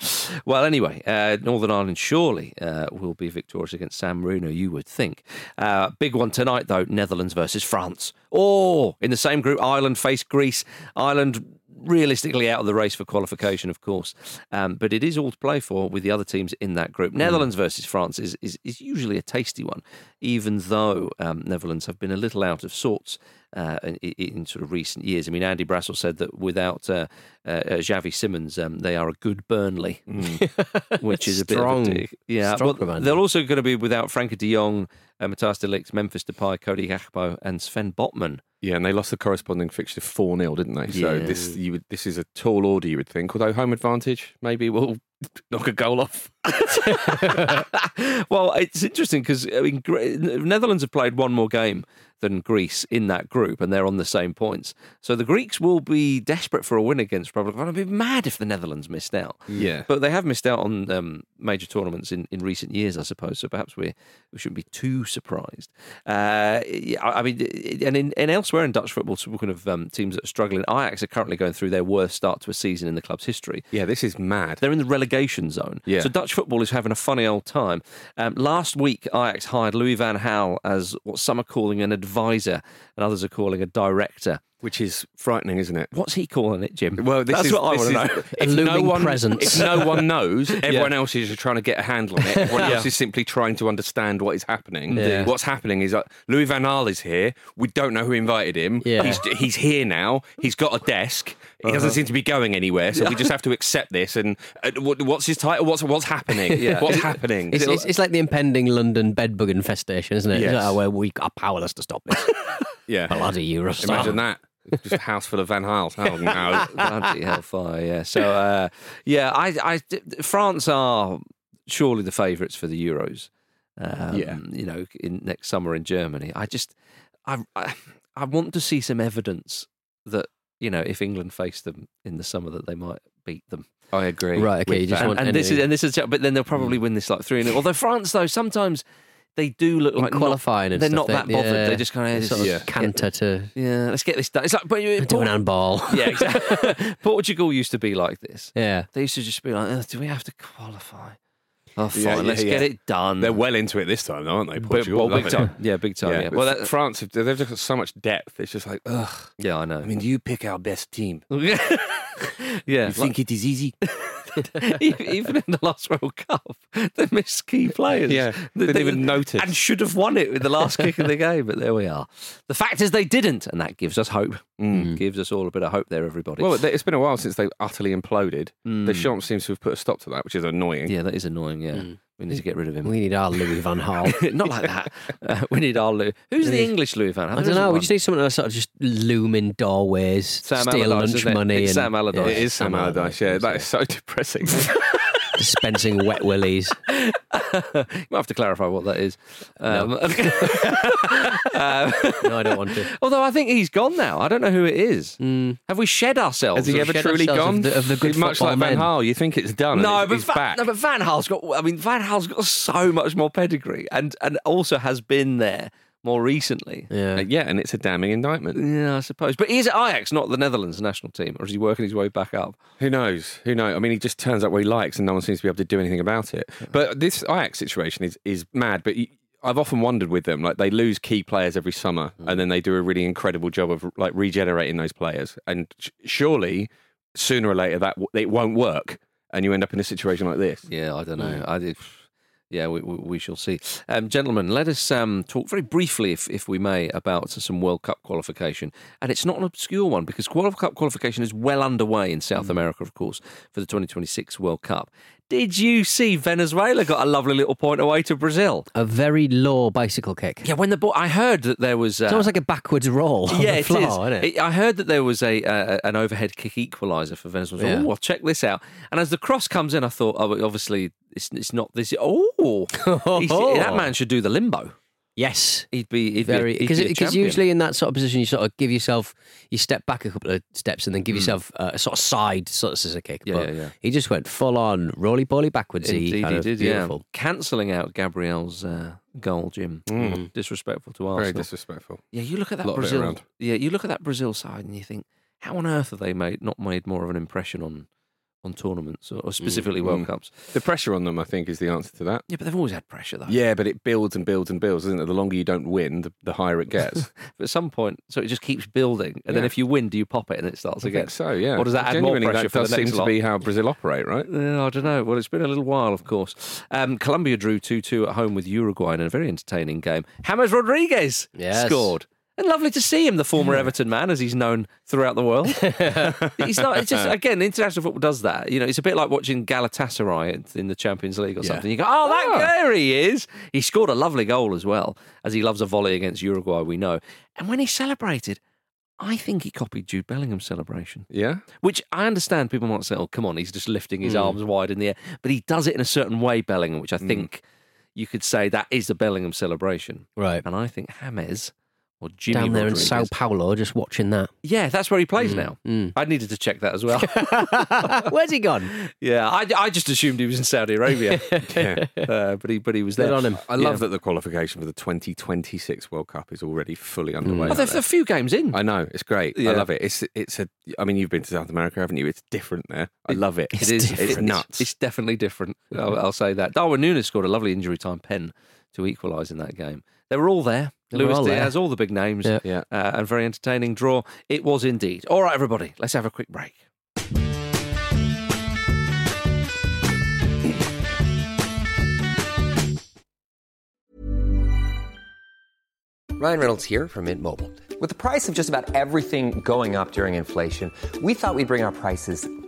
[SPEAKER 2] well, anyway, uh, Northern Ireland surely uh, will be victorious against San Marino, you would think. Uh, big one tonight, though Netherlands versus France. Oh, in the same group, Ireland face Greece. Ireland realistically out of the race for qualification, of course. Um, but it is all to play for with the other teams in that group. Netherlands versus France is, is, is usually a tasty one, even though um, Netherlands have been a little out of sorts uh, in, in sort of recent years. I mean, Andy Brassel said that without uh, uh, uh, Xavi Simmons, um, they are a good Burnley, which is a bit
[SPEAKER 3] Hmm. Strong.
[SPEAKER 2] of a dig. Yeah,
[SPEAKER 3] Strong
[SPEAKER 2] well,
[SPEAKER 3] command.
[SPEAKER 2] they're also going to be without Frankie de Jong, uh, Matthias de Ligt, Memphis Depay, Cody Gakpo, and Sven Botman.
[SPEAKER 5] Yeah, and they lost the corresponding fixture four 0 didn't they? So
[SPEAKER 2] Yeah.
[SPEAKER 5] this you would, this is a tall order, you would think. Although home advantage maybe will knock a goal off.
[SPEAKER 2] well, it's interesting because I mean, Gre- Netherlands have played one more game than Greece in that group, and they're on the same points. So the Greeks will be desperate for a win against Republic. of Ireland. I'd be mad if the Netherlands missed out.
[SPEAKER 5] Yeah.
[SPEAKER 2] But they have missed out on um, major tournaments in, in recent years, I suppose. So perhaps we we shouldn't be too surprised. Uh, yeah, I I mean, and in, and elsewhere in Dutch football, talking of um, teams that are struggling, Ajax are currently going through their worst start to a season in the club's history.
[SPEAKER 5] Yeah, this is mad.
[SPEAKER 2] They're in the relegation zone.
[SPEAKER 5] Yeah.
[SPEAKER 2] So Dutch football is having a funny old time. Um, last week, Ajax hired Louis van Gaal as what some are calling an advisor and others are calling a director.
[SPEAKER 5] Which is frightening, isn't it?
[SPEAKER 2] What's he calling it, Jim?
[SPEAKER 5] Well, this
[SPEAKER 2] That's
[SPEAKER 5] is,
[SPEAKER 2] what I
[SPEAKER 5] this
[SPEAKER 2] want
[SPEAKER 5] is-
[SPEAKER 2] to know.
[SPEAKER 3] A
[SPEAKER 5] If no
[SPEAKER 3] looming
[SPEAKER 5] one,
[SPEAKER 3] presence.
[SPEAKER 5] if no one knows, everyone else is just trying to get a handle on it. Everyone
[SPEAKER 2] Yeah.
[SPEAKER 5] else is simply trying to understand what is happening.
[SPEAKER 3] Yeah.
[SPEAKER 5] What's happening is like, Louis Van Gaal is here. We don't know who invited him.
[SPEAKER 3] Yeah.
[SPEAKER 5] He's, he's here now. He's got a desk. He
[SPEAKER 2] Uh-huh.
[SPEAKER 5] doesn't seem to be going anywhere. So we just have to accept this. And uh, what, what's his title? What's what's happening?
[SPEAKER 2] Yeah.
[SPEAKER 5] What's happening?
[SPEAKER 3] It's, it's, it's like the impending London bedbug infestation, isn't it? It's
[SPEAKER 5] Yes.
[SPEAKER 3] like, where we are powerless to stop this.
[SPEAKER 5] yeah.
[SPEAKER 3] Bloody Eurostar.
[SPEAKER 5] Imagine that. Just a house full of Van Gaals. Oh no.
[SPEAKER 2] Bloody hellfire, yeah. So, uh, yeah, I, I, France are surely the favourites for the Euros. Um,
[SPEAKER 5] Yeah.
[SPEAKER 2] you know, in next summer in Germany. I just, I, I, I want to see some evidence that you know if England face them in the summer that they might beat them.
[SPEAKER 5] I agree.
[SPEAKER 3] Right, okay,
[SPEAKER 5] with
[SPEAKER 3] you just
[SPEAKER 5] that.
[SPEAKER 3] want-
[SPEAKER 2] And, this is
[SPEAKER 3] any- Mm.
[SPEAKER 2] and this is, but then they'll probably win this like three 0 Although France, though, sometimes they do look
[SPEAKER 3] In
[SPEAKER 2] like not-
[SPEAKER 3] qualifying and
[SPEAKER 2] they're
[SPEAKER 3] stuff,
[SPEAKER 2] not
[SPEAKER 3] they-
[SPEAKER 2] that bothered.
[SPEAKER 3] yeah.
[SPEAKER 2] They just kind
[SPEAKER 3] They
[SPEAKER 2] of,
[SPEAKER 3] sort of canter to
[SPEAKER 2] yeah, let's get this done. It's like, but
[SPEAKER 3] to do an handball.
[SPEAKER 2] yeah, exactly. Portugal used to be like this.
[SPEAKER 3] yeah.
[SPEAKER 2] "Oh, They used to just be like, "Ugh, do we have to qualify? Oh, fine.
[SPEAKER 5] Yeah, yeah,
[SPEAKER 2] Let's
[SPEAKER 5] yeah.
[SPEAKER 2] get it done.
[SPEAKER 5] They're well into it this time, though, aren't they?
[SPEAKER 2] But-
[SPEAKER 5] Portugal,
[SPEAKER 2] well,
[SPEAKER 5] Love
[SPEAKER 2] big
[SPEAKER 5] it.
[SPEAKER 2] time. Yeah, big time. Yeah.
[SPEAKER 5] Yeah,
[SPEAKER 2] Well,
[SPEAKER 5] well,
[SPEAKER 2] that,
[SPEAKER 5] France, have- they've just got so much depth. It's just like, ugh.
[SPEAKER 2] yeah, I know.
[SPEAKER 5] I mean, you pick our best team.
[SPEAKER 2] yeah,
[SPEAKER 5] You think it is easy?
[SPEAKER 2] even even in the last World Cup, they missed key players.
[SPEAKER 5] Yeah,
[SPEAKER 2] They-
[SPEAKER 5] didn't
[SPEAKER 2] they-
[SPEAKER 5] even notice.
[SPEAKER 2] And should have won it with the last kick of the game, but there we are. The fact is, they didn't, and that gives us hope. Gives us all a bit of hope there, everybody.
[SPEAKER 5] Mm. well, it's been a while since they've utterly imploded. The Champs seems to have put a stop to that, which is annoying.
[SPEAKER 2] Hmm. yeah, that is annoying. Yeah,
[SPEAKER 5] Mm.
[SPEAKER 2] we need to get rid of him.
[SPEAKER 3] We need our Louis Van Gaal.
[SPEAKER 2] Not like that. Uh, we need our Lou. Who's the English Louis Van? Gaal?
[SPEAKER 3] I
[SPEAKER 2] There
[SPEAKER 3] don't know.
[SPEAKER 2] isn't
[SPEAKER 3] We just
[SPEAKER 2] one.
[SPEAKER 3] need someone to sort of just loom in doorways,
[SPEAKER 2] Sam
[SPEAKER 3] steal
[SPEAKER 2] Allardyce,
[SPEAKER 3] lunch
[SPEAKER 2] isn't it?
[SPEAKER 3] money.
[SPEAKER 2] It's
[SPEAKER 3] and
[SPEAKER 2] Sam Allardyce.
[SPEAKER 5] It is Sam Allardyce. Yeah, that is so depressing.
[SPEAKER 3] dispensing wet willies.
[SPEAKER 2] You might have to clarify what that is. Um, Uh,
[SPEAKER 3] No, I don't want to.
[SPEAKER 2] although I think he's gone now. I don't know who it is. Have we shed ourselves?
[SPEAKER 5] Hmm. Has he
[SPEAKER 2] Have we
[SPEAKER 5] ever
[SPEAKER 2] shed
[SPEAKER 5] truly
[SPEAKER 2] ourselves
[SPEAKER 5] gone?
[SPEAKER 2] of the, of the good
[SPEAKER 5] Much like
[SPEAKER 2] football men?
[SPEAKER 5] Van Gaal, you think it's done.
[SPEAKER 2] No,
[SPEAKER 5] and
[SPEAKER 2] but
[SPEAKER 5] he's
[SPEAKER 2] Van,
[SPEAKER 5] back.
[SPEAKER 2] no, but Van Gaal's got. I mean, Van Gaal's got so much more pedigree, and and also has been there more recently.
[SPEAKER 5] Uh,
[SPEAKER 3] Yeah.
[SPEAKER 5] yeah, and it's a damning indictment.
[SPEAKER 2] Yeah, I suppose. But he is at Ajax, not the Netherlands national team, or is he working his way back up?
[SPEAKER 5] Who knows? Who knows? I mean, he just turns up where he likes, and no one seems to be able to do anything about it. But this Ajax situation is is mad. But you, I've often wondered with them, like they lose key players every summer,
[SPEAKER 2] Mm.
[SPEAKER 5] and then they do a really incredible job of like regenerating those players. And sh- surely, sooner or later, that w- it won't work, and you end up in a situation like this.
[SPEAKER 2] Yeah, I don't know. I did. Yeah, we, we, we shall see. Um, gentlemen, let us um, talk very briefly, if, if we may, about some World Cup qualification. And it's not an obscure one because World Cup qualification is well underway in South America, of course, for the 2026 World Cup. Did you see Venezuela got a lovely little point away to Brazil?
[SPEAKER 3] A very low bicycle kick.
[SPEAKER 2] Yeah, when the ball, I heard that there was. Uh,
[SPEAKER 3] It's almost like a backwards roll. on
[SPEAKER 2] yeah,
[SPEAKER 3] the
[SPEAKER 2] it
[SPEAKER 3] floor,
[SPEAKER 2] is.
[SPEAKER 3] isn't it?
[SPEAKER 2] It- I heard that there was a uh, an overhead kick equaliser for Venezuela.
[SPEAKER 3] Yeah.
[SPEAKER 2] Oh, well, check this out. And as the cross comes in, I thought, oh, well, obviously it's it's not this. Oh, He's- that man should do the limbo.
[SPEAKER 3] Yes.
[SPEAKER 2] He'd be he'd
[SPEAKER 3] Very
[SPEAKER 2] be a- he'd be a
[SPEAKER 3] because
[SPEAKER 2] champion.
[SPEAKER 3] usually in that sort of position you sort of give yourself you step back a couple of steps and then give yourself uh, a sort of side sort of scissor kick.
[SPEAKER 2] Hmm. Yeah,
[SPEAKER 3] but
[SPEAKER 2] yeah, yeah.
[SPEAKER 3] he just went full on roly poly backwards.
[SPEAKER 2] Indeed,
[SPEAKER 3] kind
[SPEAKER 2] he
[SPEAKER 3] of
[SPEAKER 2] did.
[SPEAKER 3] beautiful.
[SPEAKER 2] Yeah, cancelling out Gabriel's uh, goal, Jim. Mm. Disrespectful to
[SPEAKER 5] Mm. Very
[SPEAKER 2] Arsenal.
[SPEAKER 5] disrespectful.
[SPEAKER 2] yeah, you look at that
[SPEAKER 5] Lot of it
[SPEAKER 2] Brazil.
[SPEAKER 5] around.
[SPEAKER 2] Yeah, you look at that Brazil side and you think, how on earth have they made not made more of an impression on on tournaments or, or specifically World
[SPEAKER 5] Mm.
[SPEAKER 2] Cups?
[SPEAKER 5] The pressure on them, I think, is the answer to that.
[SPEAKER 2] Yeah, but they've always had pressure though.
[SPEAKER 5] Yeah, but it builds and builds and builds, isn't it? The longer you don't win, the, the higher it gets.
[SPEAKER 2] But at some point, so it just keeps building, and then
[SPEAKER 5] Yeah.
[SPEAKER 2] if you win, do you pop it and it starts
[SPEAKER 5] I
[SPEAKER 2] again?
[SPEAKER 5] think so. Yeah.
[SPEAKER 2] Or does that add more
[SPEAKER 5] Genuinely,
[SPEAKER 2] pressure
[SPEAKER 5] that
[SPEAKER 2] for
[SPEAKER 5] does
[SPEAKER 2] the next
[SPEAKER 5] seem
[SPEAKER 2] lot?
[SPEAKER 5] to be how Brazil operate, right?
[SPEAKER 2] Uh, I don't know. Well, it's been a little while, of course. Um, Colombia drew 2 2 at home with Uruguay in a very entertaining game. James Rodriguez
[SPEAKER 3] Yes.
[SPEAKER 2] scored. And lovely to see him, the former Everton man, as he's known throughout the world. he's not, it's just, again, international football does that. You know, it's a bit like watching Galatasaray in the Champions League or something. You go, oh, that,
[SPEAKER 5] Ah.
[SPEAKER 2] there he is. He scored a lovely goal as well, as he loves a volley against Uruguay, we know. And when he celebrated, I think he copied Jude Bellingham's celebration
[SPEAKER 5] Yeah.
[SPEAKER 2] which I understand people might say, oh, come on, he's just lifting
[SPEAKER 3] Hmm.
[SPEAKER 2] his arms wide in the air. But he does it in a certain way, Bellingham, which I think you could say that is the Bellingham celebration.
[SPEAKER 3] Right.
[SPEAKER 2] And I think James or Jimmy
[SPEAKER 3] Down there in
[SPEAKER 2] Rodriguez-
[SPEAKER 3] Sao Hmm. Paulo just watching that.
[SPEAKER 2] Yeah, that's where he plays now. I needed to check that as well.
[SPEAKER 3] Where's he gone?
[SPEAKER 2] yeah, I, I just assumed he was in Saudi Arabia. uh, but, he, but he was there.
[SPEAKER 3] Good on him.
[SPEAKER 5] I love that the qualification for the 2026 World Cup is already fully underway.
[SPEAKER 2] Oh, there's a few games in.
[SPEAKER 5] I know it's great.
[SPEAKER 2] Yeah.
[SPEAKER 5] I love it. It's it's a. I mean, you've been to South America, haven't you? It's different there. I love it.
[SPEAKER 3] it's
[SPEAKER 5] It's
[SPEAKER 3] different.
[SPEAKER 5] nuts.
[SPEAKER 2] It's definitely different. I'll, I'll say that. Darwin Nunes scored a lovely injury time pen to equalise in that game. They were all there.
[SPEAKER 3] They were
[SPEAKER 2] Luis
[SPEAKER 3] all there.
[SPEAKER 2] Diaz, all the big names,
[SPEAKER 3] Yeah.
[SPEAKER 5] Yeah.
[SPEAKER 2] Uh, and very entertaining draw. It was indeed. All right, everybody, let's have a quick break.
[SPEAKER 6] Ryan Reynolds here from Mint Mobile. With the price of just about everything going up during inflation, we thought we'd bring our prices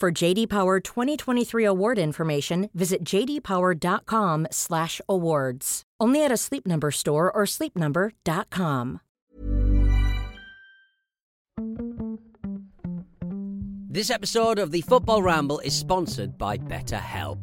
[SPEAKER 7] For JD Power 2023 award information, visit jdpower.com/awards. Only at a Sleep Number store or sleepnumber.com.
[SPEAKER 3] This episode of the Football Ramble is sponsored by BetterHelp.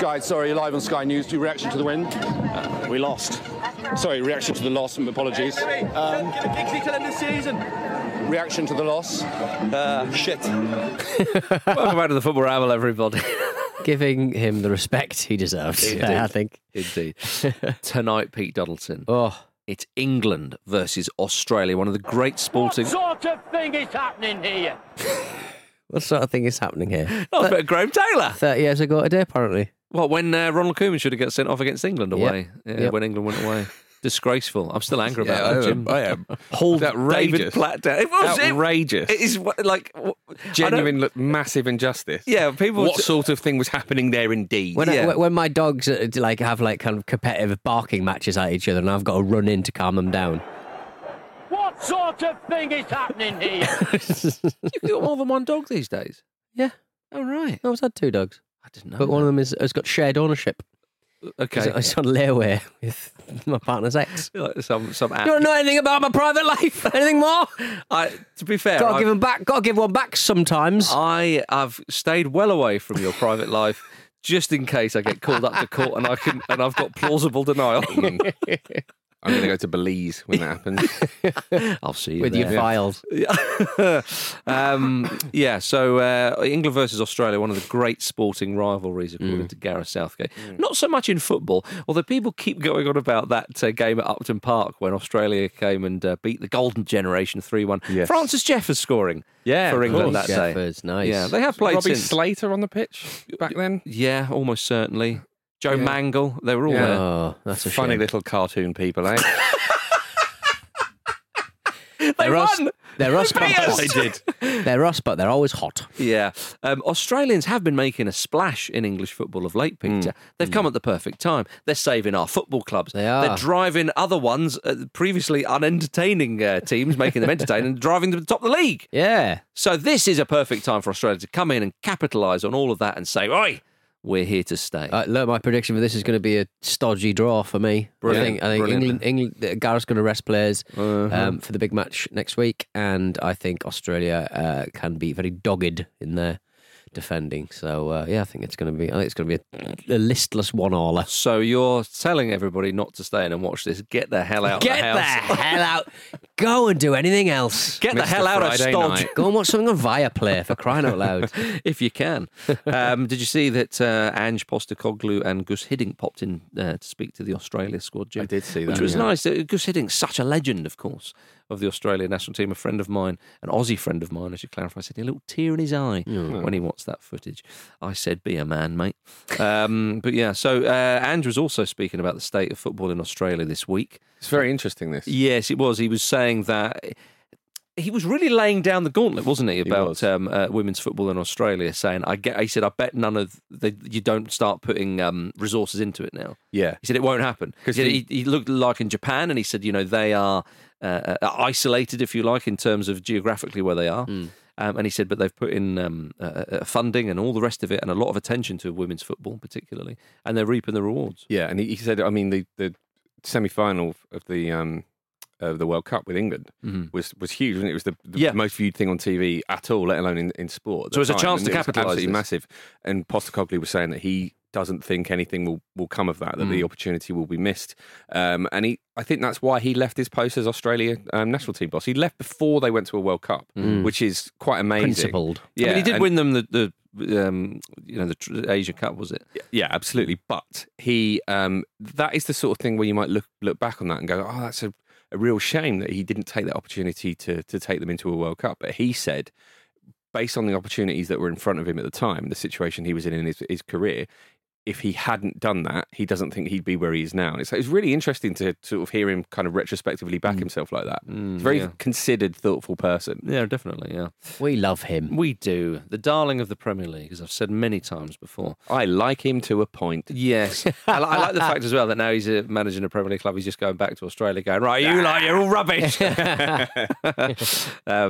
[SPEAKER 8] Guys, sorry, live on Sky News. Your reaction to the win? we lost. Sorry, reaction to the loss. and Apologies. Um, reaction to the loss? Uh, shit.
[SPEAKER 9] Welcome back to the Football Ramble, everybody.
[SPEAKER 10] Giving him the respect he deserves, I think.
[SPEAKER 2] Indeed. Tonight, Pete Doddleton. Oh. It's England versus Australia, one of the great sporting.
[SPEAKER 1] What sort of thing is happening here?
[SPEAKER 10] What sort of thing is happening here?
[SPEAKER 2] Oh, but Graham Taylor.
[SPEAKER 10] 30 years ago today, apparently.
[SPEAKER 2] Well, when uh, Ronald Koeman should have got sent off against England
[SPEAKER 10] Yep.
[SPEAKER 2] away, Yeah,
[SPEAKER 10] Yep.
[SPEAKER 2] when England went away. Disgraceful. I'm still angry about
[SPEAKER 5] Yeah,
[SPEAKER 2] that,
[SPEAKER 5] I am.
[SPEAKER 2] Jim.
[SPEAKER 5] I am.
[SPEAKER 2] Hold David
[SPEAKER 5] Outrageous.
[SPEAKER 2] Platt down. It was it-
[SPEAKER 5] Outrageous.
[SPEAKER 2] It is what- like what- I don't-
[SPEAKER 5] Genuine, look, massive injustice.
[SPEAKER 2] Yeah, people-
[SPEAKER 5] What sort of thing was happening there? Indeed.
[SPEAKER 10] When, I-
[SPEAKER 5] yeah.
[SPEAKER 10] when- when my dogs uh, do, like have like kind of competitive barking matches at each other, and I've got to run in to calm them down.
[SPEAKER 1] What sort of thing is happening here?
[SPEAKER 2] You've got more than one dog these days.
[SPEAKER 10] Yeah.
[SPEAKER 2] Oh right.
[SPEAKER 10] No, I've had two dogs. I
[SPEAKER 2] didn't know
[SPEAKER 10] But one of them is, has got shared ownership.
[SPEAKER 2] Okay.
[SPEAKER 10] It's, it's on layaway with my partner's ex.
[SPEAKER 2] Like some some app.
[SPEAKER 10] You don't know anything about my private life? Anything more?
[SPEAKER 2] I, to be fair,
[SPEAKER 10] gotta
[SPEAKER 2] I-
[SPEAKER 10] give them back. Gotta give one back sometimes.
[SPEAKER 2] I have stayed well away from your private life just in case I get called up to court and I can and I've got plausible denial.
[SPEAKER 5] I'm going to go to Belize when that happens.
[SPEAKER 2] I'll see you
[SPEAKER 10] With your
[SPEAKER 2] there.
[SPEAKER 10] files.
[SPEAKER 2] Yeah. um, yeah, so uh, England versus Australia, one of the great sporting rivalries, according
[SPEAKER 5] Mm.
[SPEAKER 2] to Gareth Southgate. Not so much in football, although people keep going on about that uh, game at Upton Park when Australia came and uh, beat the Golden Generation 3 1.
[SPEAKER 5] Yes.
[SPEAKER 2] Francis Jeffers scoring
[SPEAKER 5] Yeah,
[SPEAKER 2] for
[SPEAKER 5] of
[SPEAKER 2] England
[SPEAKER 5] course.
[SPEAKER 2] that day.
[SPEAKER 10] Jeffers, nice.
[SPEAKER 2] Yeah, they have played
[SPEAKER 5] Robbie
[SPEAKER 2] since.
[SPEAKER 5] Slater on the pitch back then.
[SPEAKER 2] yeah, almost certainly. Joe Mangle, they were all
[SPEAKER 5] Yeah.
[SPEAKER 2] there.
[SPEAKER 10] Oh, that's a
[SPEAKER 5] Funny
[SPEAKER 10] shame.
[SPEAKER 5] little cartoon people, eh?
[SPEAKER 10] They're us.
[SPEAKER 2] won!
[SPEAKER 10] They're us.
[SPEAKER 2] They beat
[SPEAKER 10] but-
[SPEAKER 2] us!
[SPEAKER 5] they did.
[SPEAKER 10] They're us, but they're always hot.
[SPEAKER 2] Yeah. Um, Australians have been making a splash in English football of late,
[SPEAKER 10] Hmm.
[SPEAKER 2] Peter. They've come at the perfect time. They're saving our football clubs.
[SPEAKER 10] They are.
[SPEAKER 2] They're driving other ones, uh, previously unentertaining uh, teams, making them entertaining and driving them to the top of the league.
[SPEAKER 10] Yeah.
[SPEAKER 2] So this is a perfect time for Australia to come in and capitalise on all of that and say, oi, we're here to stay.
[SPEAKER 10] Uh, look, my prediction for this is going to be a stodgy draw for me.
[SPEAKER 2] Brilliant,
[SPEAKER 10] I think, I think
[SPEAKER 2] brilliant. Uh-huh.
[SPEAKER 10] England, England, uh, Gareth's going to rest players um, for the big match next week, and I think Australia uh, can be very dogged in their defending. So uh, yeah, I think it's going to be, I think it's going to be a, a listless one-aller.
[SPEAKER 2] so you're telling everybody not to stay in and watch this. Get the hell out
[SPEAKER 10] Get
[SPEAKER 2] of the
[SPEAKER 10] the,
[SPEAKER 2] house.
[SPEAKER 10] hell out! Go and do anything else.
[SPEAKER 2] Get the
[SPEAKER 5] Mr.
[SPEAKER 2] hell out of
[SPEAKER 5] Friday
[SPEAKER 2] Stodge.
[SPEAKER 5] night.
[SPEAKER 10] Go and watch something on Viaplay for crying out loud.
[SPEAKER 2] if you can. Um, did you see that uh, Ange Postacoglu and Gus Hiddink popped in uh, to speak to the Australia squad? Jim,
[SPEAKER 5] I did see
[SPEAKER 2] which
[SPEAKER 5] that,
[SPEAKER 2] was
[SPEAKER 5] yeah.
[SPEAKER 2] nice. Uh, Gus Hiddink, such a legend, of course, of the Australia national team. A friend of mine, an Aussie friend of mine, I should clarify, said he had a little tear in his eye when he watched that footage. I said, "Be a man, mate." um, but yeah, so uh, Ange was also speaking about the state of football in Australia this week.
[SPEAKER 5] It's very interesting, this.
[SPEAKER 2] Yes, it was. He was saying that he was really laying down the gauntlet, wasn't he, about um, uh, women's football in Australia? Saying, "I get," he said, "I bet none of they, you don't start putting um, resources into it now."
[SPEAKER 5] Yeah.
[SPEAKER 2] he said it won't happen because he, he looked like in Japan, and he said, "You know, they are uh, uh, isolated, if you like, in terms of geographically where they are." Um, and he said, but they've put in um, uh, uh, funding and all the rest of it, and a lot of attention to women's football, particularly, and they're reaping the rewards.
[SPEAKER 5] Yeah, and he, he said, I mean, the, the semi final of the um, of the World Cup with England
[SPEAKER 2] Mhm.
[SPEAKER 5] was was huge, wasn't it? It was the, the
[SPEAKER 2] Yeah.
[SPEAKER 5] most viewed thing on TV at all, let alone in, in sport. at
[SPEAKER 2] So
[SPEAKER 5] the
[SPEAKER 2] it's a
[SPEAKER 5] time,
[SPEAKER 2] chance
[SPEAKER 5] and
[SPEAKER 2] to
[SPEAKER 5] it was
[SPEAKER 2] capitalise
[SPEAKER 5] Absolutely
[SPEAKER 2] this.
[SPEAKER 5] massive. And Postacoglu was saying that he doesn't think anything will, will come of that, that
[SPEAKER 2] Mm.
[SPEAKER 5] the opportunity will be missed. Um, and he, I think that's why he left his post as Australia um, national team boss. He left before they went to a World Cup, which is quite amazing.
[SPEAKER 3] Principled.
[SPEAKER 2] Mm. I
[SPEAKER 5] Yeah,
[SPEAKER 2] mean, he did
[SPEAKER 5] and-
[SPEAKER 2] win them the, the um, you know the tr- Asia Cup, was it?
[SPEAKER 5] Yeah, absolutely. But he, um, that is the sort of thing where you might look look back on that and go, oh, that's a, a real shame that he didn't take that opportunity to to take them into a World Cup. But he said, based on the opportunities that were in front of him at the time, the situation he was in in his, his career. If he hadn't done that, he doesn't think he'd be where he is now. And it's, it's really interesting to sort of hear him kind of retrospectively back himself like that. He's a very
[SPEAKER 2] yeah.
[SPEAKER 5] considered, thoughtful person.
[SPEAKER 2] Yeah, definitely. Yeah,
[SPEAKER 3] We love him.
[SPEAKER 2] we do. The darling of the Premier League, as I've said many times before.
[SPEAKER 5] I like him to a point.
[SPEAKER 2] Yes, I, li- I like the fact as well that now he's uh, managing a Premier League club. He's just going back to Australia, going right. You like you're all rubbish. uh, but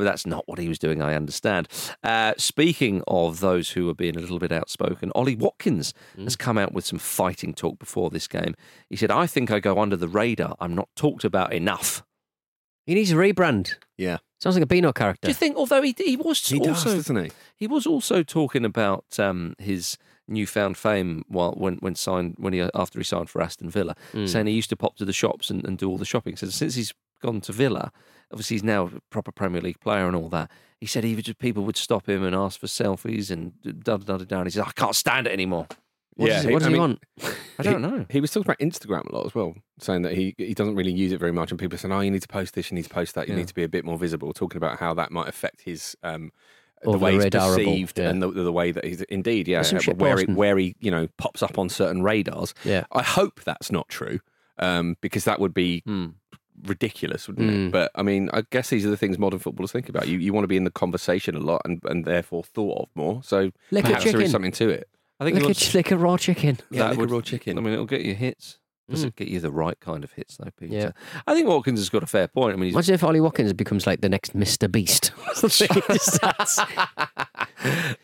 [SPEAKER 2] that's not what he was doing. I understand. Uh, speaking of those who are being a little bit outspoken, Ollie Watkins has come out with some fighting talk before this game. He said, "I think I go under the radar. I'm not talked about enough."
[SPEAKER 3] He needs a rebrand.
[SPEAKER 5] Yeah.
[SPEAKER 3] Sounds like a Beano character.
[SPEAKER 2] Do you think? Although he he was
[SPEAKER 5] He does,
[SPEAKER 2] also
[SPEAKER 5] doesn't he?
[SPEAKER 2] He was also talking about um, his newfound fame while when when signed when he uh, after he signed for Aston Villa,
[SPEAKER 3] Hmm.
[SPEAKER 2] saying he used to pop to the shops and, and do all the shopping. So since he's gone to Villa, obviously he's now a proper Premier League player and all that. He said he would just, people would stop him and ask for selfies and da da da da. da. And he said, "I can't stand it anymore."
[SPEAKER 3] What
[SPEAKER 5] yeah,
[SPEAKER 3] does-
[SPEAKER 5] he-
[SPEAKER 3] what does
[SPEAKER 5] I
[SPEAKER 3] he
[SPEAKER 5] mean,
[SPEAKER 3] want?
[SPEAKER 2] I don't
[SPEAKER 5] He-
[SPEAKER 2] know.
[SPEAKER 5] He was talking about Instagram a lot as well, saying that he he doesn't really use it very much, and people are saying, "Oh, you need to post this, you need to post that, you
[SPEAKER 2] Yeah.
[SPEAKER 5] need to be a bit more visible." Talking about how that might affect his um,
[SPEAKER 3] Or
[SPEAKER 5] the way
[SPEAKER 3] the
[SPEAKER 5] he's
[SPEAKER 3] radarable,
[SPEAKER 5] perceived
[SPEAKER 3] yeah.
[SPEAKER 5] and the, the way that he's indeed, yeah,
[SPEAKER 3] That's some
[SPEAKER 5] uh,
[SPEAKER 3] shit
[SPEAKER 5] where he,
[SPEAKER 3] posting.
[SPEAKER 5] where he you know pops up on certain radars.
[SPEAKER 3] Yeah.
[SPEAKER 5] I hope that's not true, um, because that would be.
[SPEAKER 3] Hmm.
[SPEAKER 5] Ridiculous, wouldn't it? But I mean, I guess these are the things modern footballers think about. You you want to be in the conversation a lot and, and therefore thought of more. So
[SPEAKER 3] Lick a
[SPEAKER 5] perhaps there
[SPEAKER 3] chicken.
[SPEAKER 5] is something to it.
[SPEAKER 2] I
[SPEAKER 3] Like
[SPEAKER 2] he
[SPEAKER 3] a,
[SPEAKER 2] wants-
[SPEAKER 3] ch- like a raw chicken.
[SPEAKER 5] Yeah,
[SPEAKER 2] that
[SPEAKER 5] like a
[SPEAKER 2] would-
[SPEAKER 5] raw chicken.
[SPEAKER 2] I mean, it'll get you hits. Does it get you the right kind of hits, though, Peter?
[SPEAKER 3] Hmm. Yeah.
[SPEAKER 2] I think Watkins has got a fair point. I mean, he's
[SPEAKER 3] Imagine if Ollie Watkins becomes like the next Mr. Beast.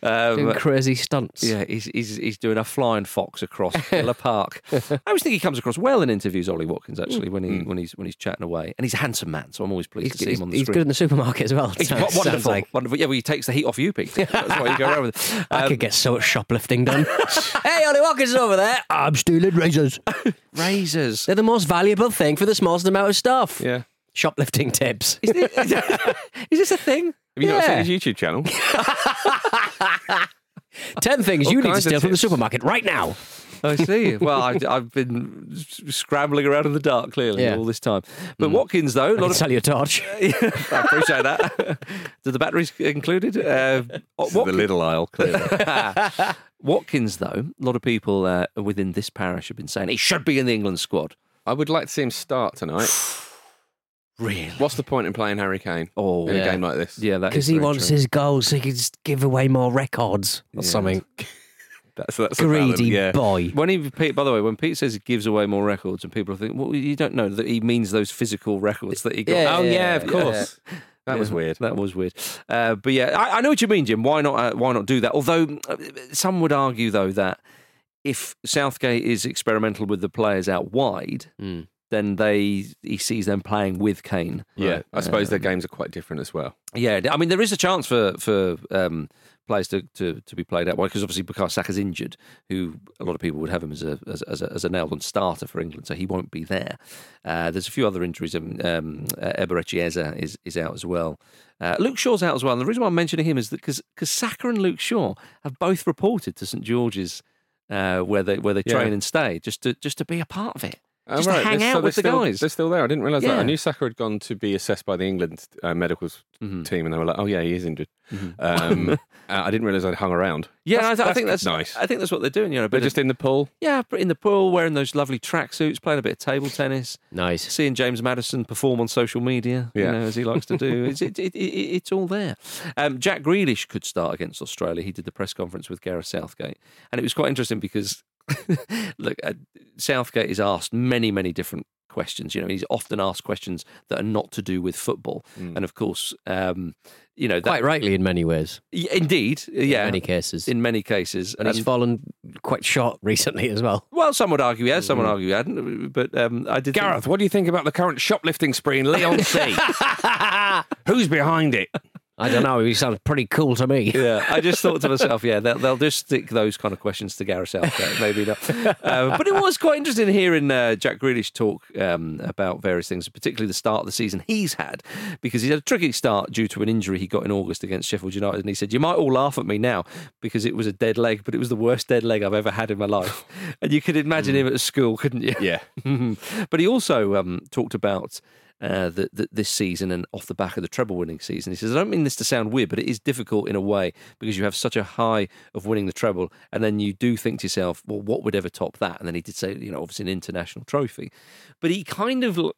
[SPEAKER 3] Doing crazy stunts.
[SPEAKER 2] Um, Yeah, he's, he's, he's doing a flying fox across Villa Park. I always think he comes across well in interviews, Ollie
[SPEAKER 3] Hmm.
[SPEAKER 2] Watkins, actually, when he when he's when he's chatting away. And he's a handsome man, so I'm always pleased
[SPEAKER 3] He's,
[SPEAKER 2] to see
[SPEAKER 3] he's-
[SPEAKER 2] him on the
[SPEAKER 3] he's
[SPEAKER 2] screen.
[SPEAKER 3] good in the supermarket as well.
[SPEAKER 2] He's
[SPEAKER 3] Sounds-
[SPEAKER 2] wo-
[SPEAKER 3] sounds
[SPEAKER 2] wonderful,
[SPEAKER 3] like-
[SPEAKER 2] wonderful. Yeah, well, he takes the heat off you, Peter. That's why you go around with. it.
[SPEAKER 3] I
[SPEAKER 2] Um,
[SPEAKER 3] could get so much shoplifting done. hey, Ollie Watkins is over there. I'm stealing razors.
[SPEAKER 2] razors.
[SPEAKER 3] They're the most valuable thing for the smallest amount of stuff.
[SPEAKER 5] Yeah.
[SPEAKER 3] Shoplifting tips.
[SPEAKER 2] Is this, is this a thing?
[SPEAKER 5] Have you not seen
[SPEAKER 3] Yeah.
[SPEAKER 5] his YouTube channel?
[SPEAKER 3] 10 things
[SPEAKER 5] All
[SPEAKER 3] you need to
[SPEAKER 5] kinds of
[SPEAKER 3] steal from the
[SPEAKER 5] tips.
[SPEAKER 3] supermarket right now.
[SPEAKER 2] I see. Well, I, I've been scrambling around in the dark, clearly,
[SPEAKER 3] Yeah. Mm.
[SPEAKER 2] all this time. But Watkins, though, a
[SPEAKER 3] I
[SPEAKER 2] lot
[SPEAKER 3] can
[SPEAKER 2] of
[SPEAKER 3] sell you a torch.
[SPEAKER 2] I appreciate that. Did the batteries included? Uh, Watkins,
[SPEAKER 5] aisle, clearly.
[SPEAKER 2] Watkins, though, a lot of people uh, within this parish have been saying he should be in the England squad.
[SPEAKER 5] I would like to see him start tonight.
[SPEAKER 3] Really?
[SPEAKER 5] What's the point in playing Harry Kane
[SPEAKER 2] Oh,
[SPEAKER 5] in
[SPEAKER 2] yeah.
[SPEAKER 5] a game like this?
[SPEAKER 2] Yeah, that
[SPEAKER 3] Because
[SPEAKER 2] is
[SPEAKER 3] he
[SPEAKER 2] very
[SPEAKER 3] wants
[SPEAKER 2] true.
[SPEAKER 3] his goals so he can just give away more records or something.
[SPEAKER 5] that's, that's a valid-
[SPEAKER 3] Greedy
[SPEAKER 5] yeah.
[SPEAKER 3] boy.
[SPEAKER 2] When he, Pete, by the way, when Pete says he gives away more records, and people think, well, you don't know that he means those physical records that he got.
[SPEAKER 3] Yeah,
[SPEAKER 5] Oh yeah,
[SPEAKER 3] yeah,
[SPEAKER 5] of
[SPEAKER 3] yeah.
[SPEAKER 5] course. That was
[SPEAKER 2] Yeah,
[SPEAKER 5] weird.
[SPEAKER 2] That was weird. Uh, but yeah, I, I know what you mean, Jim. Why not? Uh, why not do that? Although uh, some would argue, though, that if Southgate is experimental with the players out wide, then they he sees them playing with Kane.
[SPEAKER 5] yeah,
[SPEAKER 2] Right.
[SPEAKER 5] I suppose their
[SPEAKER 2] Um,
[SPEAKER 5] games are quite different as well.
[SPEAKER 2] Yeah, I mean there is a chance for for um, players to, to, to be played out wide because obviously Bukayo Saka's injured, who a lot of people would have him as a as, as a, as a nailed on starter for England, so he won't be there. Uh, there's a few other injuries. Um, um, uh, Eber Echeza is is out as well. Uh, Luke Shaw's out as well. And the reason why I'm mentioning him is that because Saka and Luke Shaw have both reported to St George's. Uh, where they where they
[SPEAKER 5] Yeah.
[SPEAKER 2] train and stay, just to just to be a part of it.
[SPEAKER 5] Oh,
[SPEAKER 3] just
[SPEAKER 5] right.
[SPEAKER 3] to hang
[SPEAKER 5] They're- so
[SPEAKER 3] out with
[SPEAKER 5] they're
[SPEAKER 3] the
[SPEAKER 5] still-
[SPEAKER 3] guys.
[SPEAKER 5] They're still there. I didn't realise that.
[SPEAKER 3] Yeah.
[SPEAKER 5] I knew Saka had gone to be assessed by the England uh, medical s- team, and they were like, "Oh yeah, he is injured." Um, uh, I didn't realise I'd hung around.
[SPEAKER 3] Yeah, and I, th- I think that's
[SPEAKER 5] nice.
[SPEAKER 3] I think that's what they're doing. You know,
[SPEAKER 5] They're
[SPEAKER 3] but
[SPEAKER 5] just in the pool.
[SPEAKER 3] yeah, but in the pool, wearing those lovely tracksuits, playing a bit of table tennis,
[SPEAKER 2] Nice.
[SPEAKER 3] seeing James Madison perform on social media, you
[SPEAKER 5] Yeah.
[SPEAKER 3] know, as he likes to do. It's, it, it, it, it's all there. Um, Jack Grealish could start against Australia. He did the press conference with Gareth Southgate, and it was quite interesting because look, uh, Southgate is asked many, many different questions. You know, he's often asked questions that are not to do with football, and of course, um, you know, that,
[SPEAKER 2] Quite rightly in many ways.
[SPEAKER 3] Y- Indeed, yeah,
[SPEAKER 2] many cases.
[SPEAKER 3] in many cases,
[SPEAKER 2] And he's
[SPEAKER 3] And-
[SPEAKER 2] fallen quite short recently as well.
[SPEAKER 3] well, some would argue he has, some would argue he hadn't, but um, I did. think-
[SPEAKER 5] Gareth, what do you think about the current shoplifting spree in Leon C? Who's behind it?
[SPEAKER 2] I don't know. He sounds pretty cool to me.
[SPEAKER 3] yeah, I just thought to myself, yeah, they'll, they'll just stick those kind of questions to Gareth Southgate, maybe not. Uh, but it was quite interesting hearing uh, Jack Grealish talk um, about various things, particularly the start of the season he's had, because he's had a tricky start due to an injury he got in August against Sheffield United, and he said, "You might all laugh at me now because it was a dead leg, but it was the worst dead leg I've ever had in my life." and you could imagine him at school, couldn't you?
[SPEAKER 5] Yeah.
[SPEAKER 3] Mhm. but he also um, talked about uh, the, the, this season and off the back of the treble winning season. He says, I don't mean this to sound weird, but it is difficult in a way because you have such a high of winning the treble. And then you do think to yourself, well, what would ever top that? And then he did say, you know, obviously an international trophy. But he kind of. l-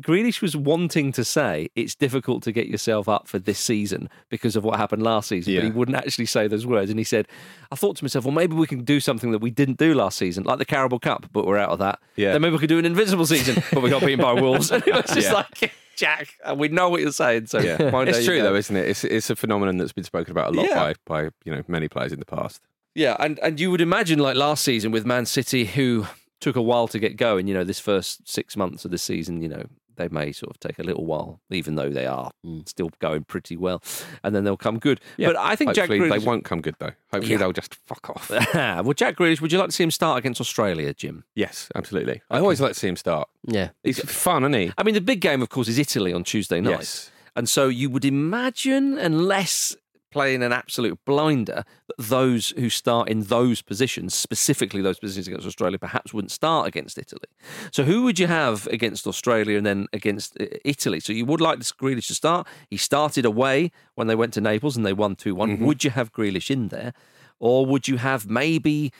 [SPEAKER 3] Grealish was wanting to say it's difficult to get yourself up for this season because of what happened last season, but
[SPEAKER 5] Yeah.
[SPEAKER 3] he wouldn't actually say those words. And he said, I thought to myself, well, maybe we can do something that we didn't do last season, like the Carabao Cup, but we're out of that.
[SPEAKER 5] Yeah.
[SPEAKER 3] Then maybe we could do an invisible season, but we got beaten by Wolves. And it was just
[SPEAKER 5] Yeah.
[SPEAKER 3] like, Jack, and we know what you're saying. So mind how
[SPEAKER 5] it's
[SPEAKER 3] you
[SPEAKER 5] true
[SPEAKER 3] go.
[SPEAKER 5] though, isn't it? It's it's a phenomenon that's been spoken about a lot
[SPEAKER 3] Yeah.
[SPEAKER 5] by by you know many players in the past.
[SPEAKER 3] Yeah, and, and you would imagine like last season with Man City, who took a while to get going, you know, this first six months of the season, you know, they may sort of take a little while, even though they are
[SPEAKER 5] Hmm.
[SPEAKER 3] still going pretty well. And then they'll come good. but I think Jack
[SPEAKER 5] Hopefully
[SPEAKER 3] Grealish...
[SPEAKER 5] they won't come good though. Hopefully
[SPEAKER 3] Yeah.
[SPEAKER 5] they'll just fuck off.
[SPEAKER 3] well, Jack Grealish, would you like to see him start against Australia, Jim?
[SPEAKER 5] yes, absolutely. I always like to see him start.
[SPEAKER 2] Yeah.
[SPEAKER 5] He's fun, isn't he?
[SPEAKER 3] I mean, the big game, of course, is Italy on Tuesday night.
[SPEAKER 5] Yes.
[SPEAKER 3] And so you would imagine, unless playing an absolute blinder, that those who start in those positions, specifically those positions against Australia, perhaps wouldn't start against Italy. So who would you have against Australia and then against uh, Italy? So you would like this Grealish to start. He started away when they went to Naples and they won 2 one Would you have Grealish in there? Or would you have maybe.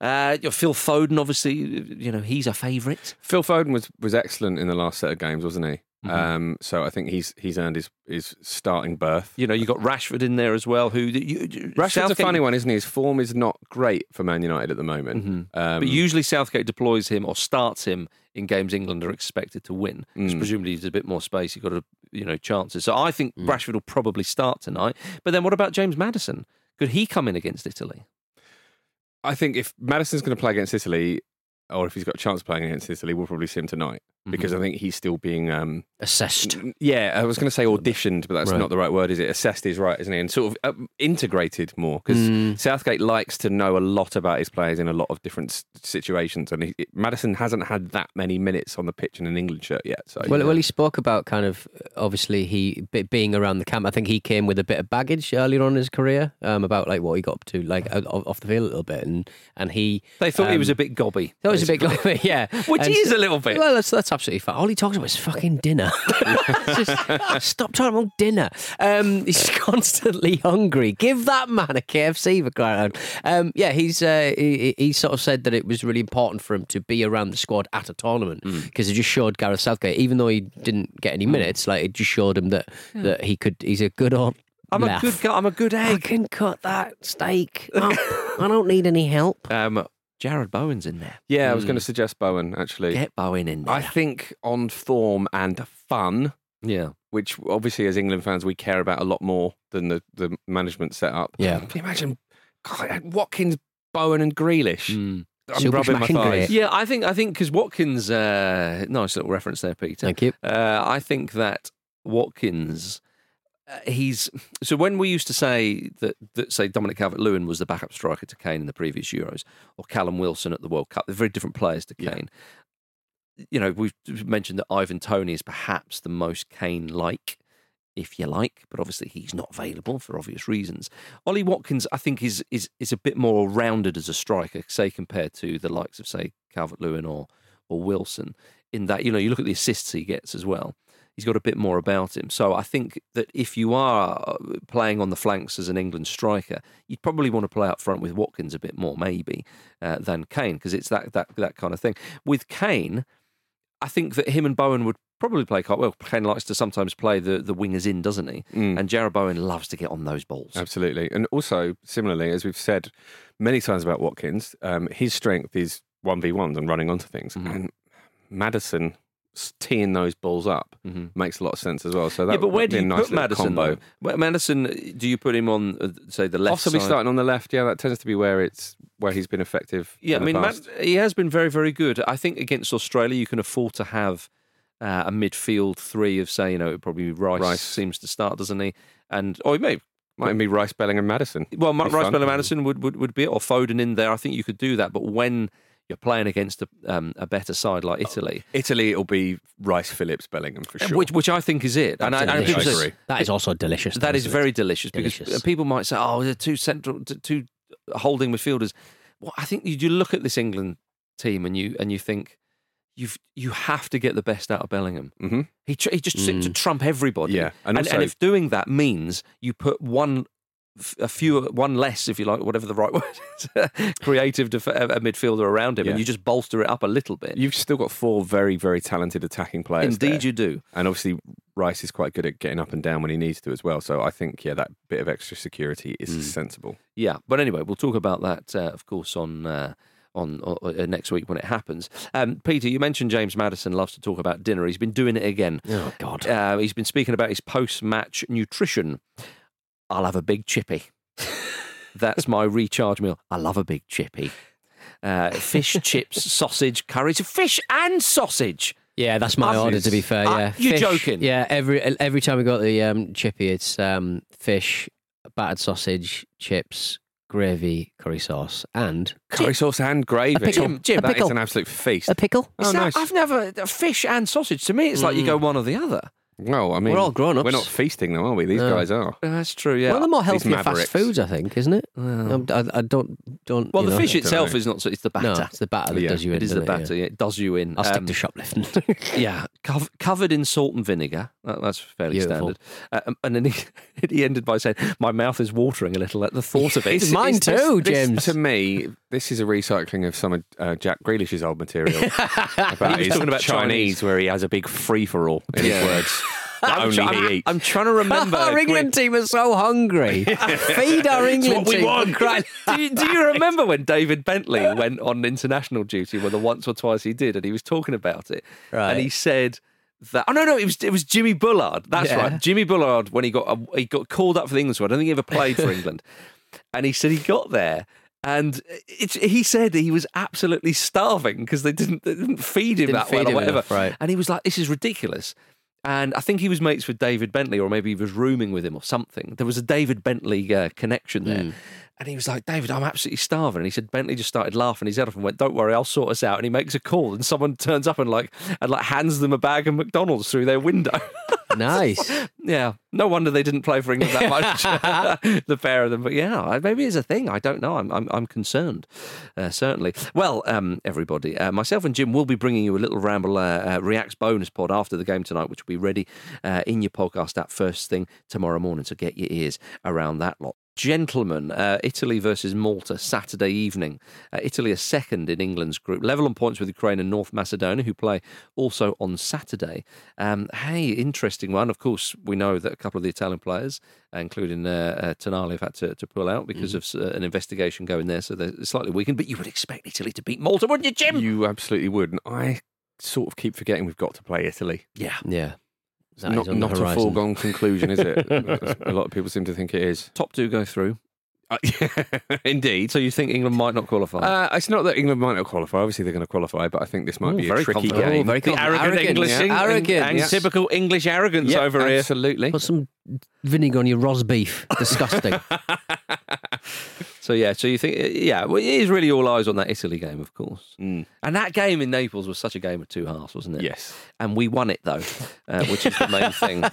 [SPEAKER 3] Uh, you know, Phil Foden, obviously, you know he's a favourite.
[SPEAKER 5] Phil Foden was was excellent in the last set of games, wasn't he?
[SPEAKER 3] Mm-hmm.
[SPEAKER 5] Um, so I think he's he's earned his his starting berth.
[SPEAKER 3] You know, you got Rashford in there as well. Who you, you-
[SPEAKER 5] Rashford's a
[SPEAKER 3] Southgate-
[SPEAKER 5] funny one, isn't he? His form is not great for Man United at the moment. Um,
[SPEAKER 3] Mm-hmm. but usually Southgate deploys him or starts him in games England are expected to win. Because
[SPEAKER 2] Mm.
[SPEAKER 3] presumably there's a bit more space, you've got a you know chances. So I think
[SPEAKER 2] Mm.
[SPEAKER 3] Rashford will probably start tonight. But then what about James Madison? Could he come in against Italy?
[SPEAKER 5] I think if Madison's going to play against Italy, or if he's got a chance of playing against Italy, we'll probably see him tonight because I think he's still being. Um,
[SPEAKER 2] Assessed.
[SPEAKER 5] Mhm.
[SPEAKER 3] Mm,
[SPEAKER 5] yeah, I was going to say auditioned, but that's
[SPEAKER 2] Right.
[SPEAKER 5] not the right word, is it? Assessed is right, isn't it? And sort of um, integrated more because Southgate likes to know a lot about his players in a lot of different s- situations, and he, Madison hasn't had that many minutes on the pitch in an England shirt yet. So
[SPEAKER 2] Well, well, he spoke about kind of uh, obviously he be- being around the camp. I think he came with a bit of baggage earlier on in his career um, about like what he got up to, like o- o- off the field a little bit, and and he
[SPEAKER 3] They thought he was a
[SPEAKER 2] um,
[SPEAKER 3] bit gobby.
[SPEAKER 2] That was a bit gloomy, yeah.
[SPEAKER 3] Which he is a little bit.
[SPEAKER 2] Well, that's, that's absolutely fine. All he talks about is fucking dinner. Just stop talking about dinner. Um, he's constantly hungry. Give that man a KFC for crying out. loud. Um, yeah, he's uh, he, he sort of said that it was really important for him to be around the squad at a tournament
[SPEAKER 3] Hmm.
[SPEAKER 2] because it just showed Gareth Southgate, even though he didn't get any minutes, like it just showed him that that he could. He's a good old.
[SPEAKER 3] I'm a
[SPEAKER 2] laugh.
[SPEAKER 3] good guy. I'm a good
[SPEAKER 2] I
[SPEAKER 3] egg.
[SPEAKER 2] can cut that steak. up. I don't need any help.
[SPEAKER 3] Um, Jared Bowen's in there.
[SPEAKER 5] yeah, I was
[SPEAKER 2] Mm.
[SPEAKER 5] going to suggest Bowen actually.
[SPEAKER 3] Get Bowen in there.
[SPEAKER 5] I think on form and fun,
[SPEAKER 3] yeah.
[SPEAKER 5] which obviously as England fans we care about a lot more than the, the management setup.
[SPEAKER 2] Yeah.
[SPEAKER 5] Can you imagine God, Watkins, Bowen, and Grealish?
[SPEAKER 3] Hmm.
[SPEAKER 5] I'm
[SPEAKER 2] Super
[SPEAKER 5] rubbing my
[SPEAKER 2] smashing
[SPEAKER 5] thighs.
[SPEAKER 2] great.
[SPEAKER 3] Yeah, I think I think because Watkins, uh, nice little reference there, Peter.
[SPEAKER 2] Thank you.
[SPEAKER 3] Uh, I think that Watkins, uh, he's so when we used to say that that say Dominic Calvert-Lewin was the backup striker to Kane in the previous Euros, or Callum Wilson at the World Cup, they're very different players to Kane. You know, we've mentioned that Ivan Tony is perhaps the most Kane-like if you like, but obviously he's not available for obvious reasons. Ollie Watkins, I think, is is is a bit more rounded as a striker, say compared to the likes of say Calvert Lewin or
[SPEAKER 2] or Wilson in that, you know, you look at the assists he gets as well. He's got a bit more about him. So I think that if you are uh, playing on the flanks as an England striker, you'd probably want to play up front with Watkins a bit more, maybe, uh, than Kane, because it's that, that, that kind of thing. With Kane, I think that him and Bowen would probably play quite well. Kane likes to sometimes play the, the wingers in, doesn't he?
[SPEAKER 5] Mm.
[SPEAKER 2] And Jared Bowen loves to get on those balls.
[SPEAKER 5] Absolutely. And also, similarly, as we've said many times about Watkins, um, his strength is 1v1s and running onto things.
[SPEAKER 2] Mm-hmm.
[SPEAKER 5] And Madison s- teeing those balls up makes a lot of sense as well. So
[SPEAKER 2] Mm-hmm.
[SPEAKER 5] that
[SPEAKER 2] yeah, but where
[SPEAKER 5] would
[SPEAKER 2] do
[SPEAKER 5] be
[SPEAKER 2] you
[SPEAKER 5] a nice
[SPEAKER 2] put
[SPEAKER 5] little
[SPEAKER 2] Madison?
[SPEAKER 5] combo.
[SPEAKER 2] Combo. Madison, do you put him on, uh, say, the left
[SPEAKER 5] Possibly
[SPEAKER 2] side?
[SPEAKER 5] starting on the left. Yeah, that tends to be where it's where he's been effective.
[SPEAKER 2] Yeah, I
[SPEAKER 5] in the
[SPEAKER 2] mean, Mad-
[SPEAKER 5] past.
[SPEAKER 2] he has been very, very good. I think against Australia, you can afford to have uh, a midfield three of, say, you know, probably Rice,
[SPEAKER 5] Rice.
[SPEAKER 2] seems to start, doesn't he? And or he may
[SPEAKER 5] might even be Rice, Bellingham, and Madison.
[SPEAKER 2] well, Ma-
[SPEAKER 5] Be
[SPEAKER 2] Rice
[SPEAKER 5] fun.
[SPEAKER 2] Bella Madison would, would would be it, or Foden in there. I think you could do that, but when you're playing against a, um, a better side like Italy,
[SPEAKER 5] Italy, it'll be Rice, Phillips, Bellingham for sure.
[SPEAKER 2] which which I think is it, and I, and people
[SPEAKER 5] Absolutely.
[SPEAKER 2] say-
[SPEAKER 5] I agree.
[SPEAKER 3] That is also delicious.
[SPEAKER 2] That
[SPEAKER 3] though,
[SPEAKER 2] is
[SPEAKER 3] isn't
[SPEAKER 2] very
[SPEAKER 3] it?
[SPEAKER 2] delicious because uh,
[SPEAKER 3] Delicious.
[SPEAKER 2] people might say, "Oh, they're two central, t- two holding midfielders." Well, I think you, you look at this England team and you and you think you've you have to get the best out of Bellingham.
[SPEAKER 5] hmm
[SPEAKER 2] He tr- he just seems to
[SPEAKER 3] Mm.
[SPEAKER 2] trump everybody.
[SPEAKER 5] Yeah,
[SPEAKER 2] and,
[SPEAKER 5] and
[SPEAKER 2] and,
[SPEAKER 5] also-
[SPEAKER 2] if doing that means you put one. f- A fewer, one less, if you like, whatever the right word is, creative def- a midfielder around him, and
[SPEAKER 5] Yeah.
[SPEAKER 2] you just bolster it up a little bit.
[SPEAKER 5] You've still got four very, very talented attacking players.
[SPEAKER 2] Indeed,
[SPEAKER 5] there.
[SPEAKER 2] you do.
[SPEAKER 5] And obviously, Rice is quite good at getting up and down when he needs to as well. So I think, yeah, that bit of extra security is sensible.
[SPEAKER 2] Yeah, but anyway, we'll talk about that, uh, of course, on uh, on uh, uh, next week when it happens. Um, Peter, you mentioned James Madison loves to talk about dinner. He's been doing it again.
[SPEAKER 3] Oh God.
[SPEAKER 2] Uh, he's been speaking about his post-match nutrition. I'll have a big chippy. That's my recharge meal. I love a big chippy. Uh, fish, chips, sausage, curries, fish and sausage.
[SPEAKER 3] Yeah, that's my
[SPEAKER 2] Others.
[SPEAKER 3] order. To be fair,
[SPEAKER 2] Ah,
[SPEAKER 3] yeah.
[SPEAKER 2] you're
[SPEAKER 3] Fish,
[SPEAKER 2] joking.
[SPEAKER 3] Yeah, every every time we go to the um, chippy, it's um, fish, battered sausage, chips, gravy, curry sauce, and
[SPEAKER 5] Curry sauce and gravy.
[SPEAKER 3] pickle.
[SPEAKER 5] Jim,
[SPEAKER 3] Jim,
[SPEAKER 5] that
[SPEAKER 3] a pickle.
[SPEAKER 5] is an absolute feast.
[SPEAKER 3] a pickle.
[SPEAKER 5] Oh,
[SPEAKER 2] Is that-
[SPEAKER 5] nice.
[SPEAKER 2] I've never uh, fish and sausage. To me, it's like you
[SPEAKER 3] Mm.
[SPEAKER 2] go one or the other.
[SPEAKER 5] Well, I mean,
[SPEAKER 3] all grown-ups.
[SPEAKER 5] We're not feasting, though, are we? These
[SPEAKER 3] No.
[SPEAKER 5] guys are.
[SPEAKER 2] Uh, That's true. Yeah.
[SPEAKER 3] One of the more
[SPEAKER 5] These
[SPEAKER 3] healthier fast
[SPEAKER 5] mavericks.
[SPEAKER 3] foods, I think, isn't it? Um, I, I don't don't.
[SPEAKER 2] well,
[SPEAKER 3] you
[SPEAKER 2] the
[SPEAKER 3] know,
[SPEAKER 2] fish
[SPEAKER 5] I don't
[SPEAKER 2] itself
[SPEAKER 5] know.
[SPEAKER 2] is not. so It's the batter.
[SPEAKER 3] No, it's the batter that
[SPEAKER 5] Yeah,
[SPEAKER 3] does you in.
[SPEAKER 2] it is the
[SPEAKER 3] doesn't
[SPEAKER 2] batter.
[SPEAKER 3] Yeah.
[SPEAKER 2] yeah, It does you in.
[SPEAKER 3] I'll
[SPEAKER 2] Um,
[SPEAKER 3] stick to shoplifting.
[SPEAKER 2] yeah, cov- covered in salt and vinegar. That, that's fairly
[SPEAKER 3] Beautiful.
[SPEAKER 2] standard. Uh, um, and then he, he ended by saying, "My mouth is watering a little at the thought of it."
[SPEAKER 3] It's mine too,
[SPEAKER 5] This-
[SPEAKER 3] James.
[SPEAKER 5] to me, this is a recycling of some of uh, Jack Grealish's old material. about
[SPEAKER 2] was
[SPEAKER 5] his
[SPEAKER 2] talking about Chinese.
[SPEAKER 5] Chinese, where he has a big free for all in his words. That
[SPEAKER 2] I'm,
[SPEAKER 5] only
[SPEAKER 2] try-
[SPEAKER 5] he
[SPEAKER 2] I'm,
[SPEAKER 5] eats.
[SPEAKER 2] I'm trying to remember.
[SPEAKER 3] our England team are so hungry. Feed our England
[SPEAKER 2] we
[SPEAKER 3] team. for
[SPEAKER 2] want.
[SPEAKER 3] crying-
[SPEAKER 2] do, you, do you remember when David Bentley went on international duty, whether once or twice he did, and he was talking about it,
[SPEAKER 3] Right.
[SPEAKER 2] and he said that. Oh no, no, it was it was Jimmy Bullard. That's
[SPEAKER 3] Yeah.
[SPEAKER 2] right, Jimmy Bullard. When he got uh, he got called up for the England squad, I don't think he ever played for England, and he said he got there. And it's he said he was absolutely starving because they didn't, they didn't feed him
[SPEAKER 3] Didn't
[SPEAKER 2] that
[SPEAKER 3] feed
[SPEAKER 2] well or
[SPEAKER 3] him
[SPEAKER 2] whatever.
[SPEAKER 3] enough, right.
[SPEAKER 2] And he was like, "This is ridiculous." And I think he was mates with David Bentley, or maybe he was rooming with him or something. There was a David Bentley uh, connection
[SPEAKER 3] Hmm.
[SPEAKER 2] there. And he was like, David, I'm absolutely starving. And he said, Bentley just started laughing his head off and went, Don't worry, I'll sort us out. And he makes a call, and someone turns up and like and like hands them a bag of McDonald's through their window.
[SPEAKER 3] nice.
[SPEAKER 2] yeah, no wonder they didn't play for England that much, the pair of them. But yeah, I- maybe it's a thing. I don't know. I'm I'm, I'm concerned, uh, certainly. Well, um, everybody, uh, myself and Jim will be bringing you a little ramble uh, uh, reacts bonus pod after the game tonight, which will be ready uh, in your podcast app first thing tomorrow morning. So get your ears around that lot. Gentlemen, uh, Italy versus Malta Saturday evening. Uh, Italy are second in England's group, level on points with Ukraine and North Macedonia, who play also on Saturday. Um, hey, interesting one. Of course, we know that a couple of the Italian players, including uh, uh, Tonali, have had to, to pull out
[SPEAKER 5] Mm.
[SPEAKER 2] because of uh, an investigation going there, so they're slightly weakened. But you would expect Italy to beat Malta, wouldn't you, Jim?
[SPEAKER 5] You absolutely would. And I sort of keep forgetting we've got to play Italy.
[SPEAKER 2] yeah.
[SPEAKER 3] Yeah.
[SPEAKER 5] It's
[SPEAKER 3] That is
[SPEAKER 5] not
[SPEAKER 3] on the
[SPEAKER 5] not a
[SPEAKER 3] horizon.
[SPEAKER 5] foregone conclusion, is it? a lot of people seem to think it is.
[SPEAKER 2] Top two go through.
[SPEAKER 5] Uh, Indeed.
[SPEAKER 2] So you think England might not qualify?
[SPEAKER 5] Uh, it's not that England might not qualify. Obviously, they're going to qualify, but I think this might
[SPEAKER 2] Ooh,
[SPEAKER 5] be
[SPEAKER 2] very
[SPEAKER 5] a tricky
[SPEAKER 2] confident.
[SPEAKER 5] game.
[SPEAKER 3] Oh, very
[SPEAKER 2] the
[SPEAKER 3] confident.
[SPEAKER 2] arrogant, English
[SPEAKER 3] yeah.
[SPEAKER 2] thing and-
[SPEAKER 3] Arrogant.
[SPEAKER 2] and,
[SPEAKER 3] Yeah.
[SPEAKER 2] typical English arrogance
[SPEAKER 5] Yeah,
[SPEAKER 2] over here.
[SPEAKER 5] absolutely.
[SPEAKER 3] Put some vinegar on your roast beef. Disgusting.
[SPEAKER 2] So yeah, so you think yeah, well, it is really all eyes on that Italy game, of course. And that game in Naples was such a game of two halves, wasn't it?
[SPEAKER 5] Yes.
[SPEAKER 2] And we won it though, uh, which is the main thing.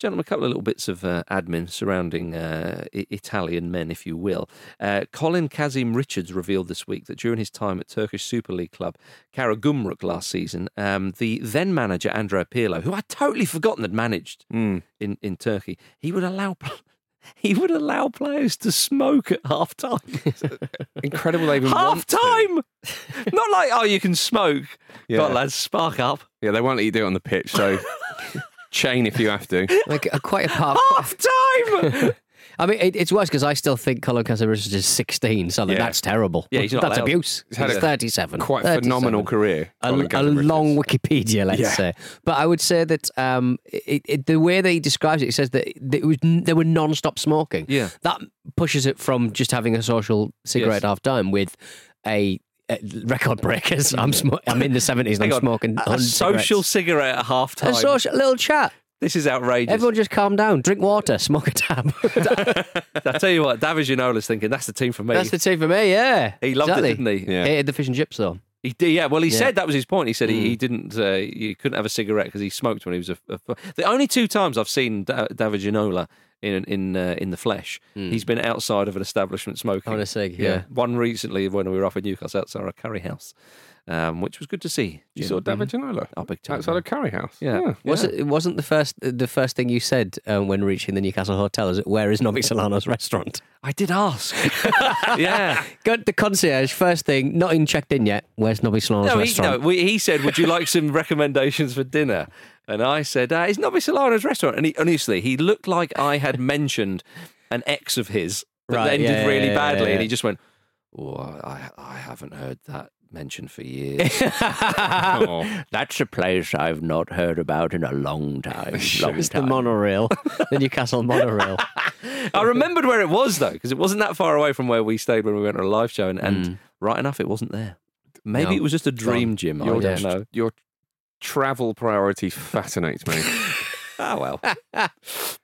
[SPEAKER 2] Gentlemen, a couple of little bits of uh, admin surrounding uh, I- Italian men, if you will. Uh, Colin Kazim Richards revealed this week that during his time at Turkish Super League club Karagümrük last season, um, the then manager Andrea Pirlo, who I'd totally forgotten had managed
[SPEAKER 5] Mm.
[SPEAKER 2] in in Turkey, he would allow. He would allow players to smoke at half time.
[SPEAKER 5] Incredible they even
[SPEAKER 2] half
[SPEAKER 5] want to.
[SPEAKER 2] time! Not like, oh, you can smoke.
[SPEAKER 5] Yeah.
[SPEAKER 2] God, lads, spark up.
[SPEAKER 5] Yeah, they won't let you do it on the pitch, so chain if you have to.
[SPEAKER 3] Like uh, quite apart.
[SPEAKER 2] Half time!
[SPEAKER 3] I mean, it, it's worse because I still think Colin Casares is 16. So like,
[SPEAKER 5] Yeah.
[SPEAKER 3] that's terrible.
[SPEAKER 2] Yeah, he's not
[SPEAKER 3] that's
[SPEAKER 2] allowed.
[SPEAKER 3] abuse.
[SPEAKER 5] He's had
[SPEAKER 3] He's
[SPEAKER 5] a
[SPEAKER 3] 37.
[SPEAKER 5] Quite
[SPEAKER 3] 37.
[SPEAKER 5] phenomenal career.
[SPEAKER 3] a,
[SPEAKER 5] Colin
[SPEAKER 3] a
[SPEAKER 5] Gallagher.
[SPEAKER 3] long Wikipedia, let's
[SPEAKER 5] Yeah.
[SPEAKER 3] say. But I would say that um, it, it, the way that he describes it, he says that it was, they were non-stop smoking.
[SPEAKER 2] Yeah.
[SPEAKER 3] that pushes it from just having a social cigarette
[SPEAKER 2] Yes.
[SPEAKER 3] half time with a, a record breakers. I'm smo- I'm in the seventies. I'm
[SPEAKER 2] Hang on.
[SPEAKER 3] smoking
[SPEAKER 2] a, a
[SPEAKER 3] 100
[SPEAKER 2] social
[SPEAKER 3] cigarettes.
[SPEAKER 2] cigarette at half time.
[SPEAKER 3] a social little chat.
[SPEAKER 2] This is outrageous.
[SPEAKER 3] Everyone just calm down, drink water, smoke a tab.
[SPEAKER 2] I tell you what, David Ginola's thinking that's the team for me.
[SPEAKER 3] That's the team for me. Yeah,
[SPEAKER 2] He loved it,
[SPEAKER 3] exactly.
[SPEAKER 2] didn't he?
[SPEAKER 5] Yeah.
[SPEAKER 3] Hated the fish and chips though.
[SPEAKER 2] He did, yeah. Well, he
[SPEAKER 3] Yeah.
[SPEAKER 2] said that was his point. He said he, he
[SPEAKER 5] Mm.
[SPEAKER 2] didn't, uh, he couldn't have a cigarette because he smoked when he was a, a- The only two times I've seen da- David Ginola in in uh, in the flesh, he's been outside of an establishment smoking.
[SPEAKER 3] On a cig, Mm. yeah.
[SPEAKER 2] One recently when we were off in Newcastle outside our curry house, um, which was good to see.
[SPEAKER 5] You saw David Ginola
[SPEAKER 2] Oh, big time.
[SPEAKER 5] outside of Curry House.
[SPEAKER 2] Yeah.
[SPEAKER 3] Was it, it wasn't the first the first thing you said um, when reaching the Newcastle hotel? Is it where is Novi Solano's restaurant?
[SPEAKER 2] I did ask. yeah.
[SPEAKER 3] Got the concierge first thing, not in checked in yet. Where's Nobby Solano's
[SPEAKER 2] No, he, no
[SPEAKER 3] restaurant?
[SPEAKER 2] we, he said, "Would you like some recommendations for dinner?" And I said, uh, "It's not Miss Solano's restaurant." And he, honestly, he looked like I had mentioned an ex of his that
[SPEAKER 3] Right,
[SPEAKER 2] ended
[SPEAKER 3] yeah,
[SPEAKER 2] really
[SPEAKER 3] yeah,
[SPEAKER 2] badly,
[SPEAKER 3] yeah,
[SPEAKER 2] and he
[SPEAKER 3] yeah.
[SPEAKER 2] just went, "Oh, I, I I haven't heard that mentioned for years."
[SPEAKER 3] Uh,
[SPEAKER 5] Oh.
[SPEAKER 11] That's a place I've not heard about in a long time. Long
[SPEAKER 3] It's the monorail, the Newcastle monorail.
[SPEAKER 2] I remembered where it was though, because it wasn't that far away from where we stayed when we went on a live show, and, and right enough, it wasn't there. Maybe
[SPEAKER 3] Hmm. No,
[SPEAKER 2] it was just a dream
[SPEAKER 3] gone.
[SPEAKER 2] gym. I
[SPEAKER 5] Your,
[SPEAKER 2] don't know.
[SPEAKER 5] your travel priority fascinates me.
[SPEAKER 2] Oh well.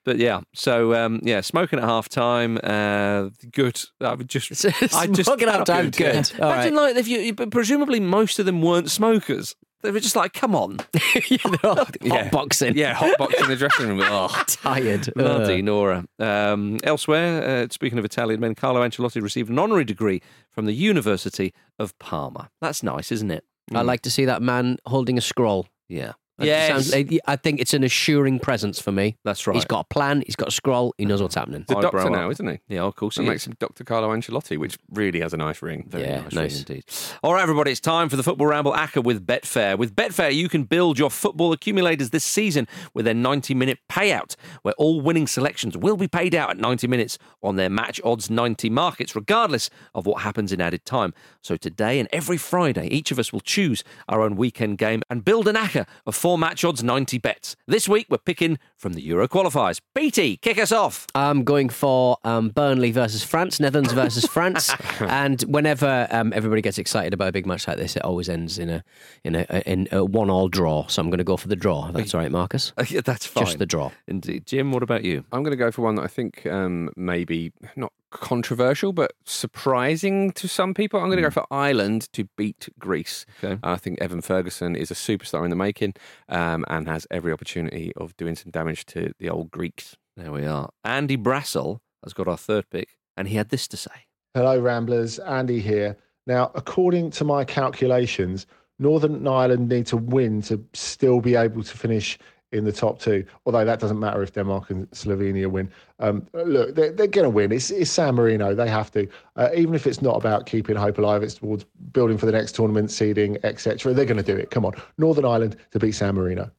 [SPEAKER 2] but yeah, so um, yeah, smoking at half time, uh, good. I would just, I just
[SPEAKER 3] Smoking half time,
[SPEAKER 2] Yeah.
[SPEAKER 3] good. All
[SPEAKER 2] Imagine like if you, but presumably most of them weren't smokers. They were just like, come on,
[SPEAKER 3] yeah, they're all Uh.
[SPEAKER 5] Yeah.
[SPEAKER 3] hotboxing.
[SPEAKER 5] yeah, hotbox in the dressing room. Ugh.
[SPEAKER 3] tired.
[SPEAKER 2] bloody Nora. Um, elsewhere, uh, speaking of Italian men, Carlo Ancelotti received an honorary degree from the University of Parma. That's nice, isn't it?
[SPEAKER 3] Ugh. I like to see that man holding a scroll.
[SPEAKER 2] Yeah.
[SPEAKER 3] That just sounds- I- I think it's an assuring presence for me.
[SPEAKER 2] eh, that's right.
[SPEAKER 3] He's got a plan. He's got a scroll. He knows what's happening.
[SPEAKER 5] He's a
[SPEAKER 2] Eyebrow
[SPEAKER 5] doctor
[SPEAKER 2] up.
[SPEAKER 5] now, isn't he?
[SPEAKER 2] Yeah, of course.
[SPEAKER 5] So
[SPEAKER 2] he
[SPEAKER 5] it
[SPEAKER 2] is.
[SPEAKER 5] makes him Dr. Carlo Ancelotti, which really has a nice ring.
[SPEAKER 2] Very
[SPEAKER 3] Yeah,
[SPEAKER 2] ring
[SPEAKER 3] nice.
[SPEAKER 2] indeed. All right, everybody, it's time for the Football Ramble Acca with Betfair. With Betfair, you can build your football accumulators this season with their 90 minute payout, where all winning selections will be paid out at 90 minutes on their match odds 90 markets, regardless of what happens in added time. So today and every Friday, each of us will choose our own weekend game and build an Acca of four match odds 90 bets. This week, we're picking from the Euro qualifiers. BT, kick us off.
[SPEAKER 3] I'm going for um, Burnley versus France, Netherlands versus France, and whenever um, everybody gets excited about a big match like this, it always ends in a in a in a one-all draw. So I'm going to go for the draw. If that's all right, Marcus.
[SPEAKER 2] Yeah, that's fine.
[SPEAKER 3] Just the draw.
[SPEAKER 2] Indeed. Jim, what about you?
[SPEAKER 5] I'm going to go for one that I think um, maybe not controversial, but surprising to some people. I'm going to go for Ireland to beat Greece.
[SPEAKER 2] Hmm. Okay.
[SPEAKER 5] I think Evan Ferguson is a superstar in the making um, and has every opportunity of doing some damage to the old Greeks.
[SPEAKER 2] There we are. Andy Brassel has got our third pick, and he had this to say.
[SPEAKER 12] Hello, Ramblers. Andy here. Now, according to my calculations, Northern Ireland need to win to still be able to finish in the top two. Although that doesn't matter if Denmark and Slovenia win. Um, look, they're, they're going to win. It's, it's San Marino. They have to. Uh, even if it's not about keeping hope alive, it's towards building for the next tournament, seeding, etc. They're going to do it. Come on, Northern Ireland to beat San Marino.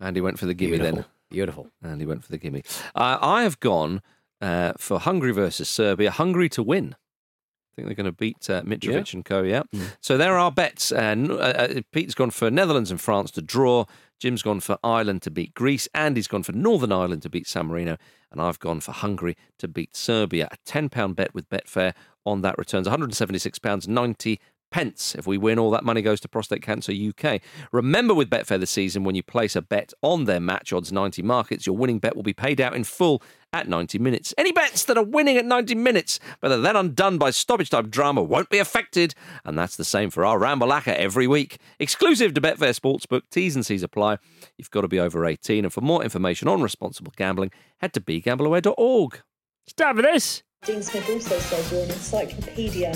[SPEAKER 2] Andy went for the gimme
[SPEAKER 3] Beautiful. Beautiful.
[SPEAKER 2] then. Andy went for the gimme. Uh, I have gone uh, for Hungary versus Serbia. Hungary to win. I think they're going to beat uh, Mitrovic and co. Yeah.
[SPEAKER 3] Mm.
[SPEAKER 2] So there are bets. Uh, n- uh, uh, Pete's gone for Netherlands and France to draw. Jim's gone for Ireland to beat Greece. Andy's gone for Northern Ireland to beat San Marino. And I've gone for Hungary to beat Serbia. A £10 bet with Betfair on that returns £176.90 pence. If we win, all that money goes to Prostate Cancer UK. Remember with Betfair this season, when you place a bet on their match odds 90 markets, your winning bet will be paid out in full at 90 minutes. Any bets that are winning at 90 minutes but are then undone by stoppage time drama won't be affected, and that's the same for our Rambalaka every week. Exclusive to Betfair Sportsbook, T's and C's apply. You've got to be over 18, and for more information on responsible gambling, head to begambleaware.org.
[SPEAKER 13] Stab this!
[SPEAKER 14] Dean Smith also says you're an encyclopedia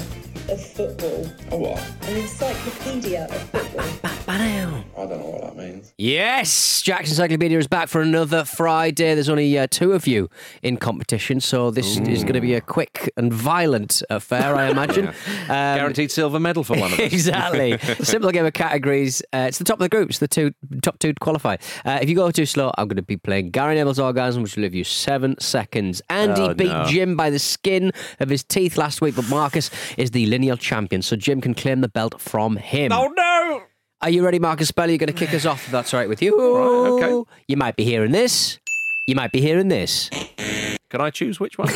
[SPEAKER 14] of football.
[SPEAKER 15] A what?
[SPEAKER 14] An encyclopedia of football.
[SPEAKER 15] I don't know what that means.
[SPEAKER 3] Yes, Jack's Encyclopedia is back for another Friday. There's only uh, two of you in competition, so this is going to be a quick and violent affair, I imagine. Um,
[SPEAKER 2] Guaranteed silver medal for one of us.
[SPEAKER 3] exactly. Simple game of categories. Uh, it's the top of the groups. The two top two qualify. Uh, if you go too slow, I'm going to be playing Gary Neville's Orgasm, which will leave you seven seconds. Andy
[SPEAKER 2] Oh,
[SPEAKER 3] beat
[SPEAKER 2] no.
[SPEAKER 3] Jim by the skin of his teeth last week, but Marcus is the lineal champion, so Jim can claim the belt from him.
[SPEAKER 2] Oh no!
[SPEAKER 3] Are you ready, Marcus Speller? You're going to kick us off if that's all right with you.
[SPEAKER 2] Right, okay.
[SPEAKER 3] You might be hearing this. You might be hearing this.
[SPEAKER 2] Can I choose which one?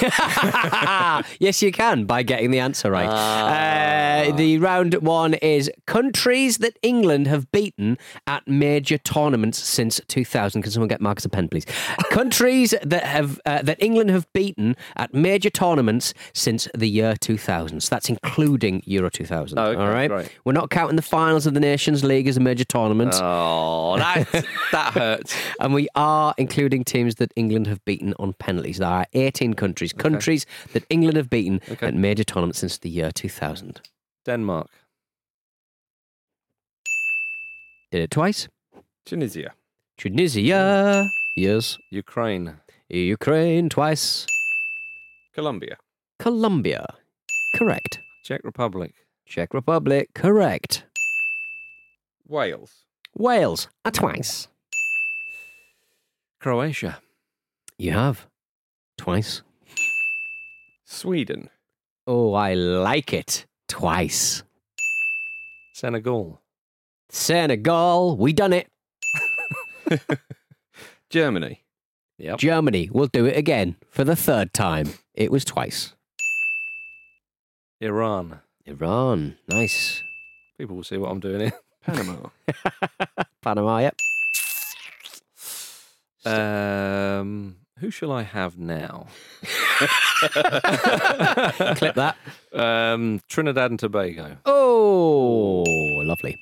[SPEAKER 3] yes, you can by getting the answer right.
[SPEAKER 2] Ah.
[SPEAKER 3] Uh, the round one is countries that England have beaten at major tournaments since 2000. Can someone get Marcus a pen, please? countries that have uh, that England have beaten at major tournaments since the year 2000. So that's including Euro 2000.
[SPEAKER 2] Oh, okay,
[SPEAKER 3] all right,
[SPEAKER 2] great.
[SPEAKER 3] we're not counting the finals of the Nations League as a major tournament.
[SPEAKER 2] oh, that, that hurts.
[SPEAKER 3] And we are including teams that England have beaten on penalties. There are 18 countries, countries that England have beaten
[SPEAKER 2] Okay.
[SPEAKER 3] at major tournaments since the year 2000.
[SPEAKER 2] Denmark.
[SPEAKER 3] Did it twice.
[SPEAKER 5] Tunisia.
[SPEAKER 3] Tunisia, yes.
[SPEAKER 2] Ukraine.
[SPEAKER 3] Ukraine, twice.
[SPEAKER 5] Colombia.
[SPEAKER 3] Colombia, correct.
[SPEAKER 2] Czech Republic.
[SPEAKER 3] Czech Republic, correct.
[SPEAKER 5] Wales.
[SPEAKER 3] Wales, uh, twice.
[SPEAKER 2] Croatia.
[SPEAKER 3] You have twice.
[SPEAKER 5] Sweden.
[SPEAKER 3] Oh, I like it. Twice.
[SPEAKER 2] Senegal.
[SPEAKER 3] Senegal, we done it.
[SPEAKER 5] Germany.
[SPEAKER 2] Yep.
[SPEAKER 3] Germany, we'll do it again for the third time. It was twice.
[SPEAKER 2] Iran.
[SPEAKER 3] Iran, nice.
[SPEAKER 2] People will see what I'm doing here.
[SPEAKER 5] Panama.
[SPEAKER 3] Panama, yep.
[SPEAKER 2] Um, who shall I have now?
[SPEAKER 3] Clip that.
[SPEAKER 2] Um, Trinidad and Tobago.
[SPEAKER 3] Oh, lovely.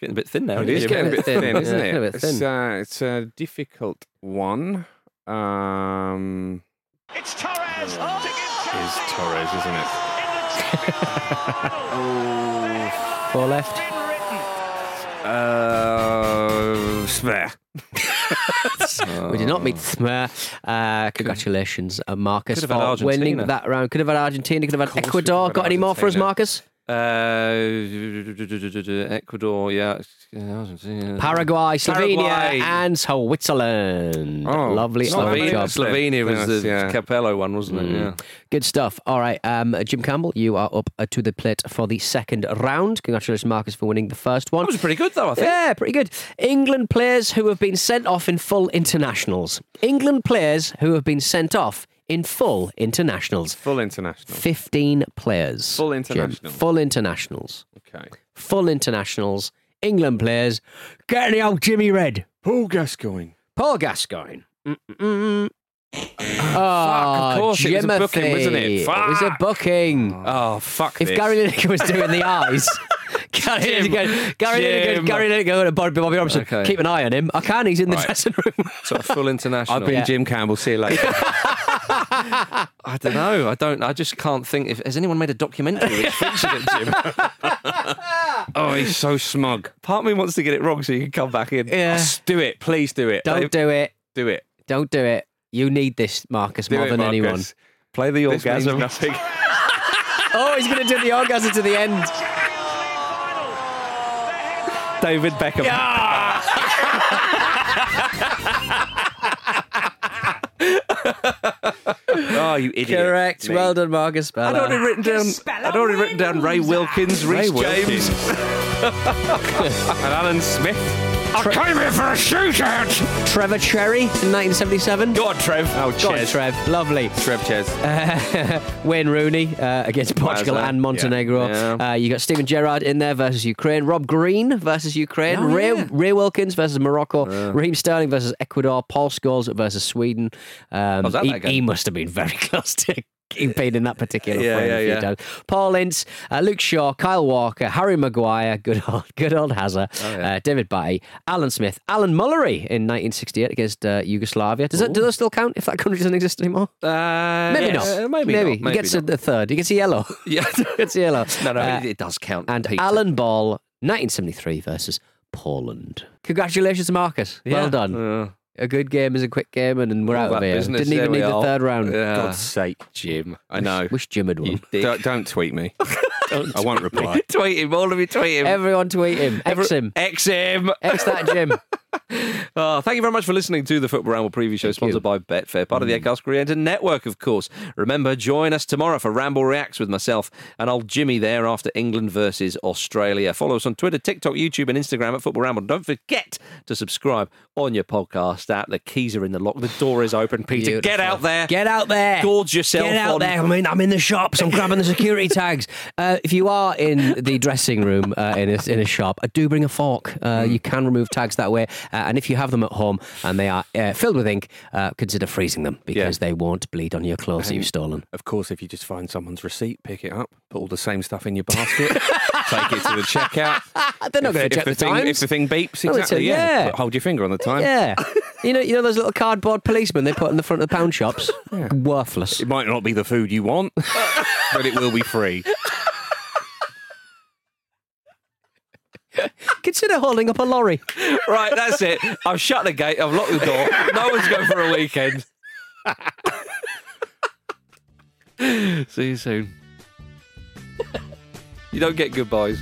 [SPEAKER 2] It's getting Oh, a bit thin now.
[SPEAKER 5] It is
[SPEAKER 2] isn't
[SPEAKER 5] getting a bit thin, isn't
[SPEAKER 3] Yeah,
[SPEAKER 5] it?
[SPEAKER 3] getting a bit
[SPEAKER 5] It's,
[SPEAKER 3] thin.
[SPEAKER 5] uh, it's a difficult one. Um,
[SPEAKER 1] It's Torres
[SPEAKER 16] Oh.
[SPEAKER 1] to give
[SPEAKER 5] is
[SPEAKER 1] Chelsea
[SPEAKER 5] Torres, isn't it?
[SPEAKER 1] in the Champions Final.
[SPEAKER 3] Four left.
[SPEAKER 1] Been written.
[SPEAKER 5] Uh, spare.
[SPEAKER 3] We did not meet Smer. Uh, congratulations, uh, Marcus,
[SPEAKER 2] could have had
[SPEAKER 3] for winning
[SPEAKER 2] Argentina.
[SPEAKER 3] that round. Could have had Argentina, could have had
[SPEAKER 5] course
[SPEAKER 3] Ecuador.
[SPEAKER 5] we could have
[SPEAKER 3] Got
[SPEAKER 5] had
[SPEAKER 3] any more for us,
[SPEAKER 5] Argentina.
[SPEAKER 3] Marcus?
[SPEAKER 2] Uh, Ecuador, yeah.
[SPEAKER 3] Paraguay, Slovenia,
[SPEAKER 2] Paraguay.
[SPEAKER 3] and Switzerland.
[SPEAKER 5] Oh,
[SPEAKER 3] Lovely
[SPEAKER 5] not
[SPEAKER 3] old
[SPEAKER 5] that
[SPEAKER 2] Slovenia,
[SPEAKER 5] many.
[SPEAKER 3] job.
[SPEAKER 2] Slovenia
[SPEAKER 5] Slovenia.
[SPEAKER 2] was the
[SPEAKER 5] Yeah.
[SPEAKER 2] Capello one, wasn't it? Yeah.
[SPEAKER 3] Good stuff. All right, um, Jim Campbell, you are up uh, to the plate for the second round. Congratulations, Marcus, for winning the first one.
[SPEAKER 2] That was pretty good, though, I think.
[SPEAKER 3] Yeah, pretty good. England players who have been sent off in full internationals. England players who have been sent off in full internationals.
[SPEAKER 5] Full international.
[SPEAKER 3] 15 players.
[SPEAKER 5] Full
[SPEAKER 3] Jim.
[SPEAKER 5] internationals.
[SPEAKER 3] Full internationals.
[SPEAKER 5] Okay.
[SPEAKER 3] Full internationals. England players. Get the old Jimmy Red.
[SPEAKER 5] Paul Gascoigne.
[SPEAKER 3] Paul Gascoigne. Mm-mm-mm. Oh,
[SPEAKER 5] of course it was a booking, wasn't it?
[SPEAKER 3] Jimothy. It was a
[SPEAKER 5] Fuck.
[SPEAKER 3] booking.
[SPEAKER 2] Oh, fuck
[SPEAKER 3] If
[SPEAKER 2] this.
[SPEAKER 3] Gary Lineker was doing the eyes, Gary Lineker, Gary
[SPEAKER 2] Jim.
[SPEAKER 3] Lineker, Gary Lineker, and Bobby, Bobby Robinson,
[SPEAKER 2] Okay.
[SPEAKER 3] keep an eye on him. I can, he's in the
[SPEAKER 2] Right.
[SPEAKER 3] dressing room.
[SPEAKER 2] sort of full international.
[SPEAKER 5] I've been
[SPEAKER 3] Yeah.
[SPEAKER 5] Jim Campbell. See you later.
[SPEAKER 2] I don't know. I don't. I just can't think. If has anyone made a documentary which featured it, Jim?
[SPEAKER 5] oh, he's so smug.
[SPEAKER 2] Part of me wants to get it wrong so you can come back in.
[SPEAKER 3] Yeah.
[SPEAKER 5] Just do it. Please do it.
[SPEAKER 3] Don't do it.
[SPEAKER 5] do it.
[SPEAKER 3] Don't do it. You need this, Marcus,
[SPEAKER 5] Do
[SPEAKER 3] more
[SPEAKER 5] it,
[SPEAKER 3] than
[SPEAKER 5] Marcus.
[SPEAKER 3] anyone.
[SPEAKER 2] Play the
[SPEAKER 5] This means
[SPEAKER 2] orgasm.
[SPEAKER 5] nothing.
[SPEAKER 3] Oh, he's going to do the orgasm to the end.
[SPEAKER 2] David Beckham.
[SPEAKER 5] oh, you idiot.
[SPEAKER 3] Correct.
[SPEAKER 5] Me.
[SPEAKER 3] Well done, Marcus.
[SPEAKER 2] I'd
[SPEAKER 3] Speller.
[SPEAKER 2] already written down. I'd already written
[SPEAKER 17] Uh,
[SPEAKER 2] down Ray Wilkins, Reece
[SPEAKER 5] Ray
[SPEAKER 2] James.
[SPEAKER 5] Wilkins. and Alan Smith.
[SPEAKER 18] Tre-
[SPEAKER 19] came here for a shootout!
[SPEAKER 3] Trevor Cherry in 1977.
[SPEAKER 18] Go on, Trev.
[SPEAKER 17] Oh,
[SPEAKER 3] Go on,
[SPEAKER 17] Chez.
[SPEAKER 3] Trev. Lovely.
[SPEAKER 17] Trev Chez.
[SPEAKER 3] Uh, Wayne Rooney uh, against Portugal
[SPEAKER 17] Wowza.
[SPEAKER 3] and Montenegro.
[SPEAKER 17] Yeah. Yeah.
[SPEAKER 3] Uh, you got Steven Gerrard in there versus Ukraine. Rob Green versus Ukraine.
[SPEAKER 2] Oh,
[SPEAKER 3] Ray, Ray Wilkins versus Morocco. Raheem Sterling versus Ecuador. Paul Scholes versus Sweden. Um,
[SPEAKER 2] was at
[SPEAKER 3] he,
[SPEAKER 2] Oh, that game.
[SPEAKER 3] he must have been very close to. He in that particular
[SPEAKER 2] Yeah,
[SPEAKER 3] frame
[SPEAKER 2] yeah,
[SPEAKER 3] a few
[SPEAKER 2] yeah.
[SPEAKER 3] times. Paul Ince, uh, Luke Shaw, Kyle Walker, Harry Maguire, good old, good old Hazza,
[SPEAKER 2] Oh,
[SPEAKER 3] uh, David Batty, Alan Smith, Alan Mullery in 1968 against uh, Yugoslavia. Does that, do those still count if that country doesn't exist anymore?
[SPEAKER 2] Uh,
[SPEAKER 3] Maybe
[SPEAKER 2] yes.
[SPEAKER 3] not.
[SPEAKER 2] Uh, Maybe,
[SPEAKER 3] maybe.
[SPEAKER 2] not.
[SPEAKER 3] he gets
[SPEAKER 2] not.
[SPEAKER 3] to the third. He gets a yellow.
[SPEAKER 2] Yeah.
[SPEAKER 3] gets a yellow.
[SPEAKER 2] no, no,
[SPEAKER 3] Uh,
[SPEAKER 2] it, it does count.
[SPEAKER 3] and
[SPEAKER 2] Peter.
[SPEAKER 3] Alan Ball, 1973 versus Poland. Congratulations, Marcus.
[SPEAKER 2] Yeah.
[SPEAKER 3] Well done.
[SPEAKER 2] Yeah.
[SPEAKER 3] A good game is a quick game, and, and we're
[SPEAKER 2] All
[SPEAKER 3] out of
[SPEAKER 2] that
[SPEAKER 3] here.
[SPEAKER 2] business,
[SPEAKER 3] Didn't
[SPEAKER 2] there
[SPEAKER 3] even need
[SPEAKER 2] we
[SPEAKER 3] the
[SPEAKER 2] are.
[SPEAKER 3] third round.
[SPEAKER 2] Yeah.
[SPEAKER 17] God's sake, Jim. I know.
[SPEAKER 3] Wish Jim had won.
[SPEAKER 17] Don't, don't tweet me. I won't reply.
[SPEAKER 2] tweet him. All of you tweet him.
[SPEAKER 3] Everyone tweet him. X him.
[SPEAKER 2] X him.
[SPEAKER 3] X that Jim.
[SPEAKER 2] Oh, thank you very much for listening to the Football Ramble preview show, sponsored by Betfair, part of
[SPEAKER 3] Mm.
[SPEAKER 2] the Eccles Creator Network, of course. Remember, join us tomorrow for Ramble Reacts with myself and old Jimmy there after England versus Australia. Follow us on Twitter, TikTok, YouTube, and Instagram at Football Ramble. Don't forget to subscribe on your podcast app. The keys are in the lock. The door is open. Peter, get
[SPEAKER 3] Beautiful.
[SPEAKER 2] out there.
[SPEAKER 3] Get out there.
[SPEAKER 2] Gorge yourself
[SPEAKER 3] Get out
[SPEAKER 2] on-
[SPEAKER 3] there. I mean, I'm in the shops. I'm grabbing the security tags. Uh, if you are in the dressing room uh, in, a, in a shop, uh, do bring a fork. Uh,
[SPEAKER 2] Hmm.
[SPEAKER 3] You can remove tags that way. Uh, and if you have them at home and they are uh, filled with ink, uh, consider freezing them because they won't bleed on your clothes that you've stolen.
[SPEAKER 17] Of course, if you just find someone's receipt, pick it up, put all the same stuff in your basket, take it to the checkout.
[SPEAKER 3] Uh, They're not
[SPEAKER 17] If-
[SPEAKER 3] going
[SPEAKER 17] if
[SPEAKER 3] to check the,
[SPEAKER 17] thing,
[SPEAKER 3] times.
[SPEAKER 17] If the thing beeps,
[SPEAKER 3] No,
[SPEAKER 17] exactly,
[SPEAKER 3] they say,
[SPEAKER 17] yeah.
[SPEAKER 3] yeah.
[SPEAKER 17] But Hold your finger on the time.
[SPEAKER 3] yeah. You know, you know those little cardboard policemen they put in the front of the pound shops. Worthless.
[SPEAKER 17] It might not be the food you want, but it will be free.
[SPEAKER 3] Consider holding up a lorry.
[SPEAKER 2] Right, that's it. I've shut the gate. I've locked the door. No one's going for a weekend. See you soon. You don't get goodbyes.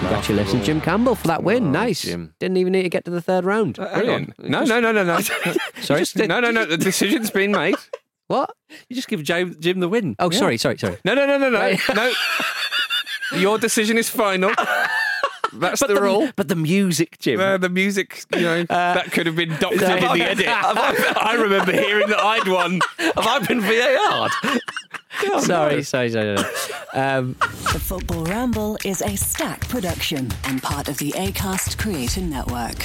[SPEAKER 3] Congratulations, Jim Campbell, for that win. nice.
[SPEAKER 2] Oh, Jim. Uh,
[SPEAKER 3] Didn't even need to get to the third round.
[SPEAKER 17] Brilliant. No, no, no, no, no.
[SPEAKER 3] Sorry?
[SPEAKER 17] no, no, no. The decision's been made.
[SPEAKER 3] What?
[SPEAKER 2] You just give Jim, Jim the win.
[SPEAKER 3] Oh, sorry, sorry, sorry.
[SPEAKER 17] No, no, no, no, no.
[SPEAKER 3] Right.
[SPEAKER 17] no. Your decision is final. That's the, rule.
[SPEAKER 2] But the music, Jim.
[SPEAKER 17] Uh, the music, you know, that could have been doctored
[SPEAKER 2] Have
[SPEAKER 17] in
[SPEAKER 2] I-
[SPEAKER 17] the edit.
[SPEAKER 2] have I-
[SPEAKER 17] I remember hearing that I'd won.
[SPEAKER 2] Have I been VAR'd?
[SPEAKER 3] sorry, sorry, sorry, sorry. Um,
[SPEAKER 20] The Football Ramble is a stack production and part of the Acast Creator Network.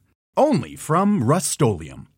[SPEAKER 5] Only from Rust-Oleum.